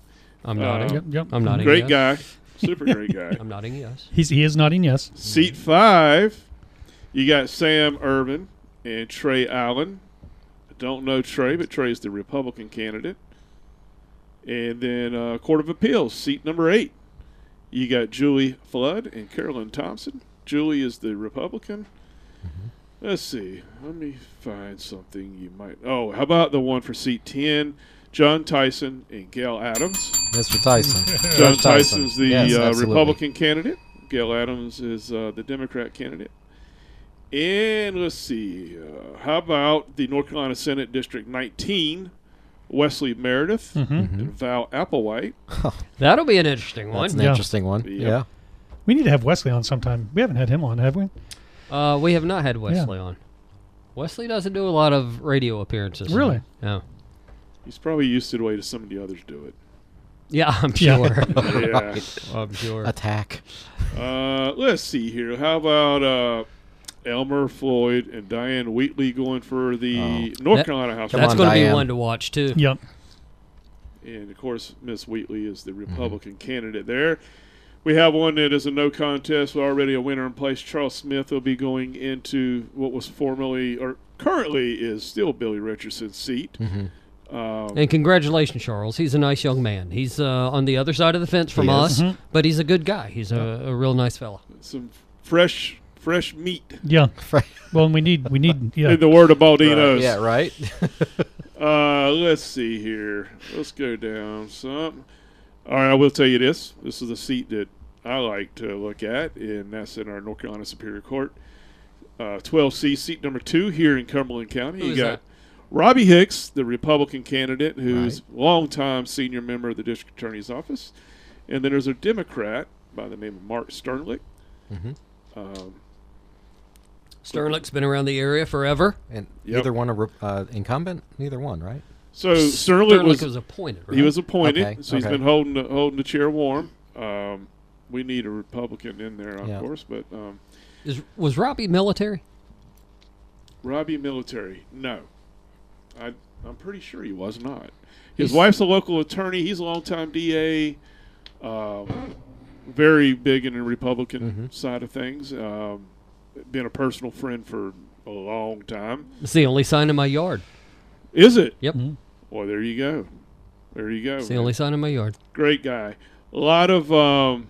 C: I'm nodding.
F: Yep, yep.
C: I'm nodding. yes.
A: Great guy. Super great guy.
C: I'm nodding yes.
F: He's he is nodding yes.
A: Seat five, you got Sam Irvin and Trey Allen. I don't know Trey, but Trey's the Republican candidate. And then uh, Court of Appeals, seat number eight, you got Julie Flood and Carolyn Thompson. Julie is the Republican. Let's see. Let me find something you might. Oh, how about the one for seat 10? John Tyson and Gail Adams.
B: Mr. Tyson.
A: John
B: Judge Tyson.
A: Tyson's the
B: Yes,
A: uh,
B: absolutely.
A: Republican candidate. Gail Adams is uh, the Democrat candidate. And let's see, uh, how about the North Carolina Senate District 19, Wesley Meredith and Val Applewhite.
C: That'll be an interesting one.
B: That's an
F: Yeah.
B: interesting one.
A: Yep.
F: We need to have Wesley on sometime. We haven't had him on, have we?
C: Uh, we have not had Wesley on. Wesley doesn't do a lot of radio appearances.
F: Really?
C: No.
A: He's probably used to the way that some of the others do it.
C: Yeah, I'm
F: Yeah.
C: sure.
A: Yeah.
C: I'm sure.
B: Yeah. Attack.
A: uh, let's see here. How about uh, Elmer Floyd and Diane Wheatley going for the North
C: That-
A: Carolina House?
C: That's
B: on,
C: going to be
B: Diane.
C: one to watch too.
F: Yep.
A: And of course, Miss Wheatley is
B: Mm-hmm.
A: the Republican candidate there. We have one that is a no contest, already a winner in place. Charles Smith will be going into what was formerly or currently is still Billy Richardson's seat.
B: Mm-hmm.
C: And congratulations, Charles. He's a nice young man. He's uh, on the other side of the fence from
B: He
C: us,
B: is.
C: but he's a good guy. He's a, a real nice fella.
A: Some fresh, fresh meat
F: Yeah.
B: Right.
F: Well, and we need we need yeah.
A: in the word of Baldinos.
B: Yeah, right?
A: Uh, let's see here. Let's go down some. All right, I will tell you this. This is a seat that I like to look at, and that's in our North Carolina Superior Court. Uh, 12C, seat number two here in Cumberland County.
C: Who
A: you
C: is
A: got
C: that?
A: Robbie Hicks, the Republican candidate, who's longtime senior member of the district attorney's office. And then there's a Democrat by the name of Mark Sternlick.
C: Sternlick's been around the area forever.
B: And
A: Yep.
B: neither one a re- uh, incumbent? Neither one, right?
A: So Sternlick
C: Sternlick
A: was
C: was, appointed. Right?
A: He was appointed,
B: Okay,
A: so he's
B: okay.
A: been holding the, holding the chair warm. Um, we need a Republican in there, of
B: Yeah.
A: course, but um,
C: Is, was Robbie military?
A: Robbie Military, no, I I'm pretty sure he was not. His wife's a local attorney. He's a longtime DA, um, very big in the Republican
C: Mm-hmm.
A: side of things. Um, been a personal friend for a long time.
C: It's the only sign in my yard.
A: Is it?
C: Yep,
A: Well, there you go. There you go.
C: it's the only sign in my yard.
A: great guy. A lot of um,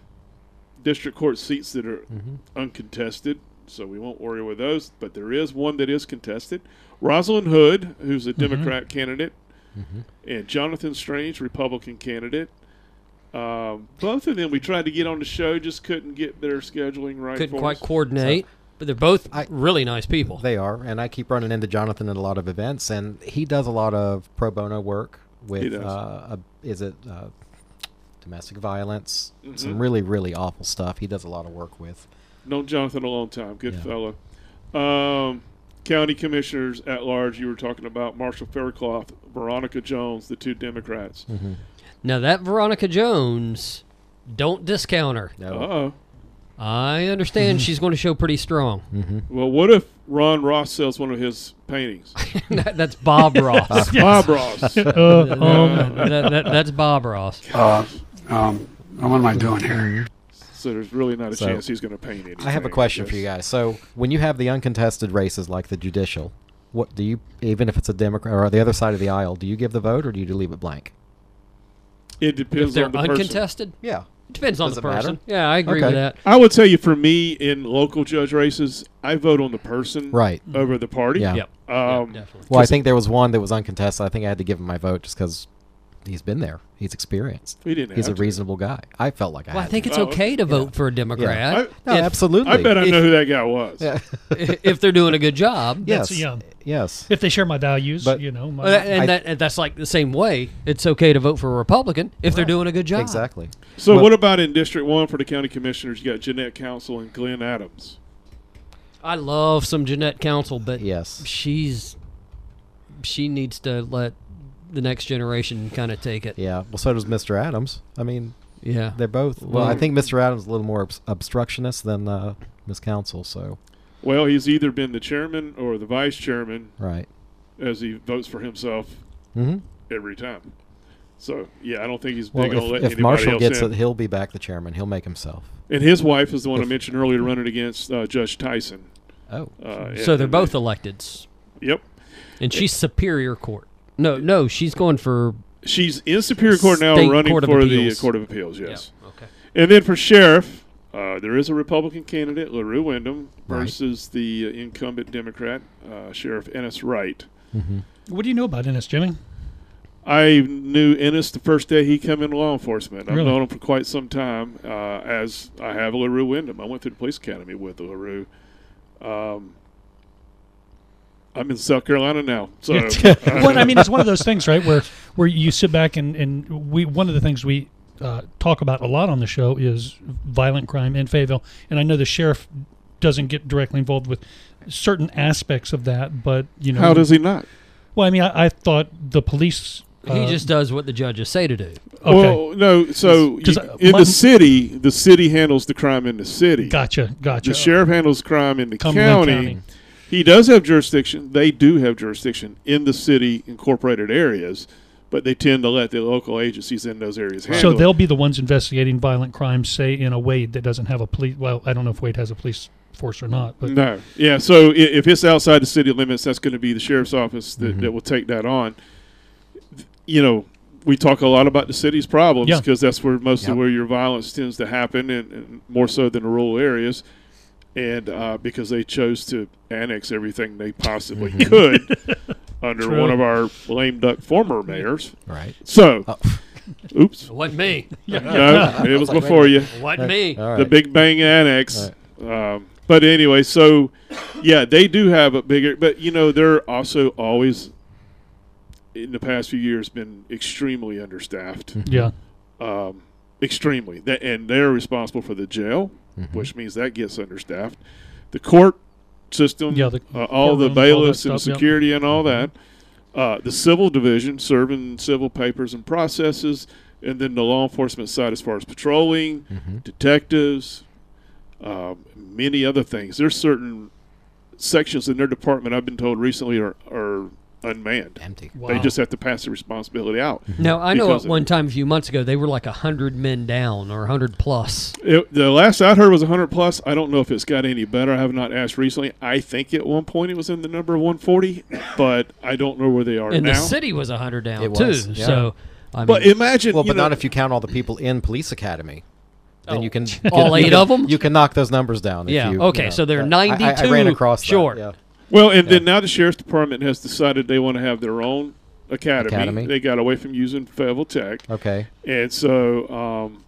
A: district court seats that are
C: Mm-hmm.
A: uncontested, so we won't worry with those. But there is one that is contested. Rosalind Hood,
C: Mm-hmm.
A: who's a Democrat candidate, and Jonathan Strange, Republican candidate. Um, both of them we tried to get on the show, just couldn't get their scheduling right.
C: Couldn't
A: for
C: quite
A: us.
C: coordinate, but they're both
B: I-
C: really nice people.
B: They are, and I keep running into Jonathan at a lot of events, and he does a lot of pro bono work
A: He
B: with,
A: does.
B: uh, a, is it uh, domestic violence?
A: Mm-hmm.
B: Some really, really awful stuff. He does a lot of work with.
A: Known Jonathan a long time. Good
B: Yeah.
A: fellow. Um, county commissioners at large, you were talking about Marshall Faircloth, Veronica Jones, the two Democrats.
C: Mm-hmm. now that Veronica Jones, don't discount her.
A: Uh
B: No,
A: oh.
C: I understand she's going to show pretty strong.
A: Well, what if Ron Ross sells one of his paintings?
C: That- that's Bob Ross.
A: Bob Ross.
F: Uh,
C: Oh, that, that- that's Bob Ross.
G: Um, what am I doing here?
A: so there's really not a
B: So,
A: chance he's going to paint anything.
B: I have a question for
A: Yes.
B: you guys. So, when you have the uncontested races like the judicial, what do you, even if it's a Democrat or the other side of the aisle, do you give the vote or do you leave it blank?
A: It
C: If
A: depends
C: they're
A: on the person.
C: uncontested,
B: Yeah.
C: depends on
B: Does
C: the
B: it matter?
C: person. Yeah, I agree with
B: Okay.
C: that.
A: I would tell you, for me, in local judge races, I vote on the person
B: Right.
A: over the party.
B: Yeah.
C: Yep.
A: Um,
C: Yeah, definitely.
B: Well, I think there was one that was uncontested. I think I had to give him my vote just because he's been there, he's experienced.
A: We didn't
B: He's a
A: have to.
B: reasonable guy. I felt like I.
C: Well, I
B: had
C: think
B: to.
C: it's
A: Oh,
C: okay to vote for a Democrat
B: no,
C: if-
B: absolutely.
A: I bet I
B: If-
A: know who that guy was.
C: if they're doing a good job.
B: Yes.
F: yeah.
B: Yes.
F: if they share my values,
B: But-
F: you know, my,
C: Uh, And
B: I-
C: that and that's like the same way. It's okay to vote for a Republican if they're doing a good job.
B: Exactly.
A: So,
B: Well-
A: what about in District 1 for the county commissioners? You got Jeanette Council and Glenn Adams.
C: I love some Jeanette Council, but
B: Yes.
C: she's she needs to let the next generation kind of take it.
B: Yeah. Well, so does Mr. Adams. I mean,
C: Yeah.
B: they're both. Well, I
C: Well-
B: think Mr. Adams is a little more obs- obstructionist than uh, Miss Council. So
A: Well, he's either been the chairman or the vice chairman
B: right.
A: as he votes for himself
B: hmm
A: every time. So, yeah, I don't think he's
B: Well,
A: big on
B: if,
A: letting
B: if
A: anybody
B: Marshall
A: else
B: gets
A: in.
B: it, he'll be back the chairman. He'll make himself.
A: and his wife is the one I
B: if-
A: mentioned earlier running against uh, Judge Tyson.
B: Oh,
A: Uh,
C: so
A: and-
C: they're both electeds,
A: Yep.
C: and she's Superior Court. No, no, she's going for
A: She's in Superior Court now,
C: State
A: running
C: Court of
A: for
C: Appeals.
A: the uh, Court of Appeals. Yes.
C: okay.
A: And then for sheriff, uh, there is a Republican candidate, LaRue Wyndham, versus the uh, incumbent Democrat, uh, Sheriff Ennis Wright.
F: what do you know about Ennis, Jimmy?
A: I knew Ennis the first day he came into law enforcement. I've
F: Really?
A: known him for quite some time, uh, as I have LaRue Wyndham. I went through the police academy with LaRue. Um, I'm in South Carolina now, so
F: well, I mean, it's one of those things, right, where where you sit back and and we one of the things we uh, talk about a lot on the show is violent crime in Fayetteville, and I know the sheriff doesn't get directly involved with certain aspects of that, but you know,
A: how does he not?
F: well, I mean, I, I thought the police.
C: he
F: uh,
C: just does what the judges say to do.
F: okay.
A: Well, no. So
F: It's- 'cause,
A: you-
F: uh,
A: in
F: my-
A: the city, the city handles the crime in the city.
F: Gotcha, gotcha.
A: The sheriff handles crime in the
F: Cumberland
A: county.
F: County.
A: He does have jurisdiction. They do have jurisdiction in the city incorporated areas, but they tend to let the local agencies in those areas handle.
F: So
A: it.
F: they'll be the ones investigating violent crimes, say in a Wade that doesn't have a police. Well, I don't know if Wade has a police force or not, but
A: No, yeah. So i- if it's outside the city limits, that's going to be the sheriff's office
F: Mm-hmm.
A: that, that will take that on. Th- You know, we talk a lot about the city's problems
F: Yeah.
A: because that's where most
B: Yep.
A: of where your violence tends to happen, and, and more so than the rural areas, and uh, because they chose to annex everything they possibly could under
F: Mm-hmm. True.
A: one of our lame duck former mayors.
B: right.
A: So,
B: Oh.
A: oops,
C: What me?
A: no, it was before you
C: What me?
B: All right.
A: the Big Bang Annex. Um, but anyway, so yeah, they do have a bigger, but you know they're also always in the past few years been extremely understaffed,
F: yeah,
A: um, extremely, Th- and they're responsible for the jail, which means that gets understaffed, the court system,
F: Yeah, the
A: uh, all the
F: courtrooms, all that
A: bailiffs and
F: stuff, yep.
A: security and all that, uh, the civil division serving civil papers and processes, and then the law enforcement side as far as patrolling, detectives, um, many other things. There's certain sections in their department I've been told recently are, are unmanned.
B: Empty.
A: They
F: Wow.
A: just have to pass the responsibility out.
C: No, I know
A: Because
C: at
A: of-
C: one time a few months ago they were like hundred men down or hundred plus.
A: It, the last I heard was 100 plus. I don't know if it's got any better. I have not asked recently. I think at one point it was in the number 140, but I don't know where they are
C: And
A: now.
C: the city was hundred down
B: It
C: too.
B: was, yeah.
C: So I mean,
A: But imagine,
B: Well,
A: you
B: but
A: know,
B: not if you count all the people in police academy. Then you can
C: Oh. All
B: you
C: eight
B: can-
C: of 'em?
B: You can knock those numbers down. if
C: Yeah,
B: you-
C: okay,
B: yeah.
C: so they're
B: Yeah, I- I- I, ran
C: 92
B: across that,
C: short.
B: yeah.
A: Well, and then now the sheriff's department has decided they want to have their own Academy.
B: Academy.
A: They got away from using Fayetteville Tech,
B: Okay.
A: and so um,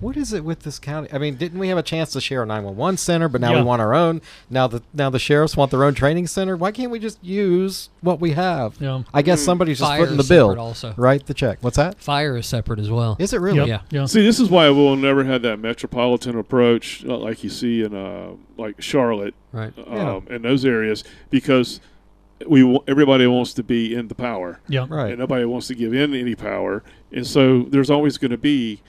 B: What is it with this county? I mean, didn't we have a chance to share a 911 center, but now
F: Yeah.
B: we want our own. Now the now the sheriffs want their own training center. Why can't we just use what we have?
F: Yeah.
B: I guess somebody's just
C: Fire
B: footing the
C: is separate
B: bill.
C: also.
B: Write the check. What's that?
C: Fire is separate as well.
B: Is it really?
F: Yep,
C: Yeah.
F: Yeah.
A: see, this is why we'll never have that metropolitan approach uh, like you see in uh, like Charlotte
C: Right.
B: Yeah.
A: um, in those areas because we wa- everybody wants to be in the power.
F: Yeah.
A: and
B: Right.
A: nobody wants to give in any power. And so there's always going to be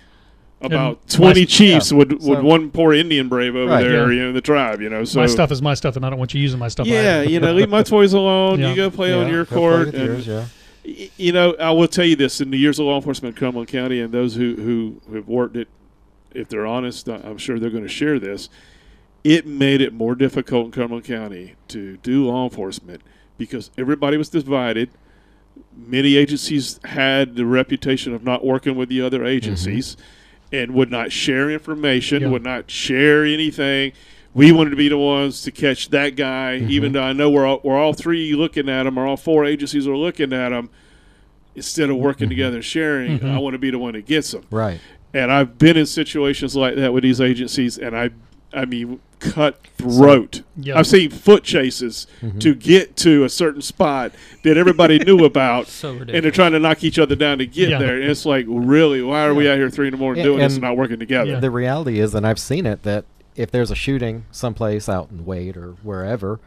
A: about
F: And
A: 20
F: my-
A: chiefs
B: yeah.
A: would would
B: So-
A: one poor Indian brave over
B: Right.
A: there,
F: Yeah.
A: you know, the tribe, you know. So
F: my stuff is my stuff, and I don't want you using my stuff.
A: yeah,
F: either.
A: you know, leave my toys alone.
F: Yeah.
A: You go play
B: Yeah,
A: on your
B: go play
A: court.
B: with
A: and,
B: yours, yeah.
A: y- You know, I will tell you this: in the years of law enforcement in Cumberland County, and those who who who have worked it, if they're honest, I- I'm sure they're going to share this. It made it more difficult in Cumberland County to do law enforcement because everybody was divided. Many agencies had the reputation of not working with the other agencies and would not share information,
F: Yeah.
A: would not share anything. We wanted to be the ones to catch that guy, even though I know we're all, we're all three looking at him, or all four agencies are looking at him. Instead of working together and sharing, I want to be the one that gets him.
B: Right.
A: And I've been in situations like that with these agencies, and I, I mean, cutthroat.
F: Yeah.
A: I've seen foot chases to get to a certain spot that everybody knew about,
C: So
A: and they're
C: ridiculous.
A: trying to knock each other down to get
F: Yeah.
A: there. And it's like, really, why are we out here three in the morning
B: Yeah,
A: doing this and
B: and-
A: not working together?
F: Yeah.
B: The reality is, and I've seen it, that if there's a shooting someplace out in Wade or wherever,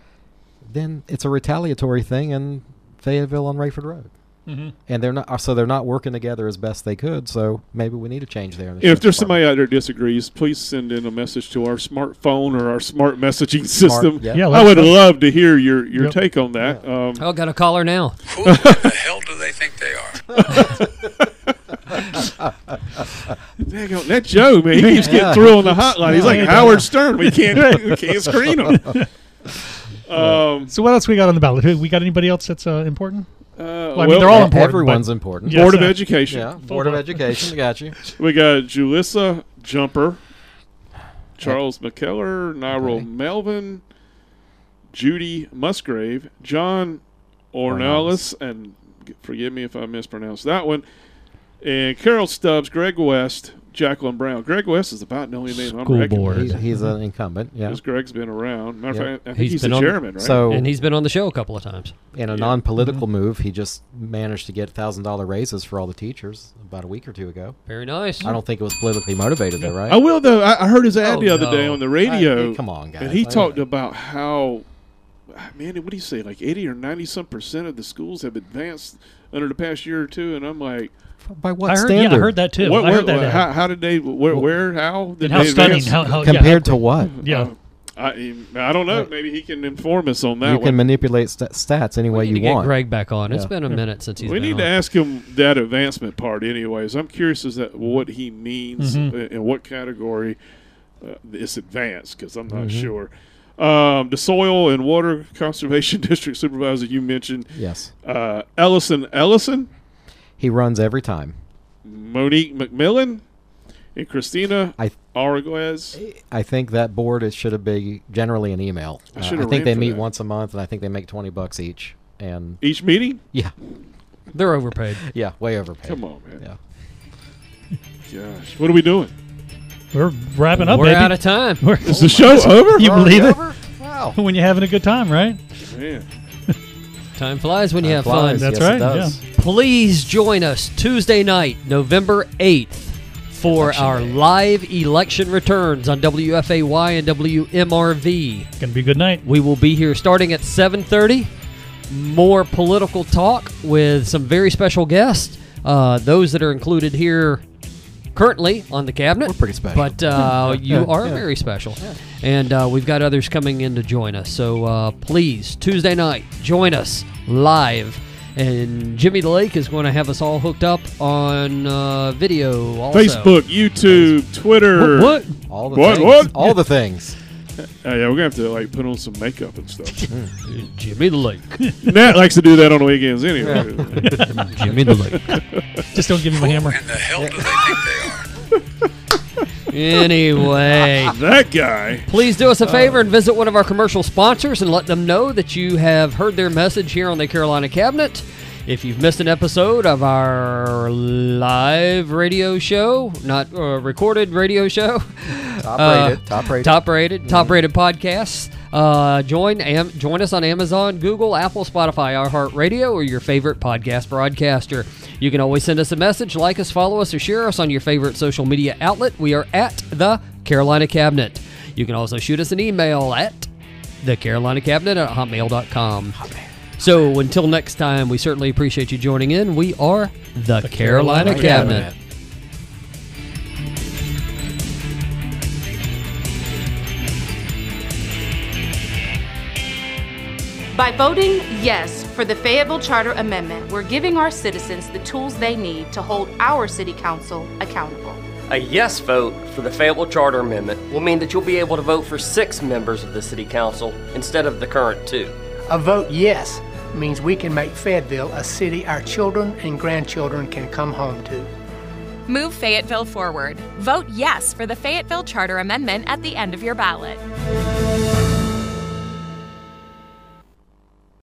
B: then it's a retaliatory thing in Fayetteville on Rayford Road.
F: Mm-hmm.
B: And they're not, so they're not working together as best they could. So maybe we need a change there. In the
A: If
B: sheriff's
A: there's
B: department.
A: somebody out there disagrees, please send in a message to our smartphone or our smart messaging system.
B: yeah.
F: Yeah,
A: I
F: let's-
A: would love to hear your, your
F: Yep.
A: take on that. Um,
C: Oh, got a caller now.
J: Who the hell do they think they are?
A: Dang on, that Joe, man, he keeps getting
B: Yeah.
A: through on the hotline. He's like Howard Stern. We can't, we can't screen him. Um,
F: So what else we got on the ballot? Who- We got anybody else that's uh, important?
A: uh,
F: Well, I mean,
A: well,
F: they're all important. but-
B: E-, Everyone's important.
F: Yeah.
A: Board of
F: Yes, uh,
A: Education.
B: Yeah, Board of Education. Got you.
A: We got Julissa Jumper, Charles McKellar, Nyril Melvin, Judy Musgrave, John Ornelas, and g- forgive me if I mispronounced that one, and Carol Stubbs, Greg West, Jacqueline Brown. Greg West is about the only name I'm
F: School
A: recognizing.
F: board.
B: He's, he's an incumbent. Yeah.
A: Because Greg's been around. Matter of
B: Yep.
A: fact, I think he's,
C: He's been
A: the
C: on the-
A: chairman, right?
B: So
C: And he's been on the show a couple of times.
B: in a non-political
F: Mm-hmm.
B: move, he just managed to get thousand dollar raises for all the teachers about a week or two ago.
C: Very nice.
B: I don't think it was politically motivated, though, right?
A: I will though. I, I heard his ad
C: Oh,
A: the other day
C: no.
A: on the radio.
B: I- come on, guys.
A: And he
B: I-
A: talked about how, man, what do you say? Like eighty or ninety some percent of the schools have advanced under the past year or two. And I'm like,
B: By what
F: I heard.
B: standard?
F: Yeah, I heard that too.
A: what?
F: I heard
A: what
F: that. ad.
A: how, how did they? Where? where how did
F: and how
A: they
F: stunning!
A: advance?
F: How,
C: Oh,
F: how yeah,
B: Compared to what?
F: yeah.
A: Oh. I, I don't know. Maybe he can inform us on that.
B: You
A: one.
B: can manipulate st- stats any way
C: need to
B: you
C: get
B: want.
C: Greg back on. It's
B: Yeah.
C: been a minute since he's
A: we
C: been
A: need to
C: on.
A: ask him that advancement part, anyways. I'm curious as that what he means
C: Mm-hmm.
A: and and what category uh, it's advanced because I'm
C: Mm-hmm.
A: not sure. Um, the Soil and Water Conservation District Supervisor you mentioned,
B: Yes,
A: uh, Ellison Ellison,
B: he runs every time.
A: Monique McMillan, and Christina
B: I
A: Araguez.
B: I think that board it should have been generally an email. Uh,
A: should've
B: I think
A: ran
B: they
A: for
B: meet
A: that.
B: once a month, and I think they make twenty bucks each. And
A: Each meeting?
B: yeah,
C: They're overpaid.
B: yeah, way overpaid.
A: Come on, man.
B: Yeah.
A: Gosh, what are we doing?
F: We're wrapping up,
C: We're
F: baby.
C: out of time.
F: We're-
A: Is the show over?
F: you believe it?
B: Wow.
F: When you're having a good time, right?
A: Man.
C: Time flies when you have
B: Flies,
C: fun.
F: That's
B: yes,
F: right,
B: It does.
C: Please join us Tuesday night, November 8th, for our live election returns on WFAY and WMRV.
F: Gonna be a good night.
C: We will be here starting at 7:30. More political talk with some very special guests. Uh, those that are included here currently on the cabinet. We're
B: pretty special.
C: But uh, you
B: yeah,
C: are
B: yeah.
C: very special. And uh, we've got others coming in to join us. So uh, please, Tuesday night, join us live. And Jimmy the Lake is going to have us all hooked up on uh, video also.
A: Facebook, YouTube, Twitter.
F: What?
C: uh,
B: All the
A: What,
B: things.
A: what?
B: All the things.
A: Oh, yeah, we're gonna have to like put on some makeup and stuff.
C: Jimmy the Lake.
A: Nat likes to do that on the weekends anyway.
C: Jimmy the Lake.
F: Just don't give him a hammer.
J: And the hell do they think they are?
C: Anyway.
A: that guy.
C: Please do us a favor and visit one of our commercial sponsors and let them know that you have heard their message here on the Carolina Cabinet. If you've missed an episode of our live radio show, not uh, recorded radio show,
H: Top
C: uh,
H: rated. top rated.
C: top rated, top rated podcasts. Uh, join am, join us on Amazon, Google, Apple, Spotify, iHeartRadio, or your favorite podcast broadcaster. You can always send us a message, like us, follow us, or share us on your favorite social media outlet. We are at the Carolina Cabinet. You can also shoot us an email at the Carolina Cabinet at hotmail.com. So until next time, we certainly appreciate you joining in. We are the, Carolina, Cabinet.
K: By voting yes for the Fayetteville Charter Amendment, we're giving our citizens the tools they need to hold our city council accountable.
L: A yes vote for the Fayetteville Charter Amendment will mean that you'll be able to vote for six members of the City Council instead of the current two.
M: A vote yes means we can make Fayetteville a city our children and grandchildren can come home to.
N: Move Fayetteville forward. Vote yes for the Fayetteville Charter Amendment at the end of your ballot.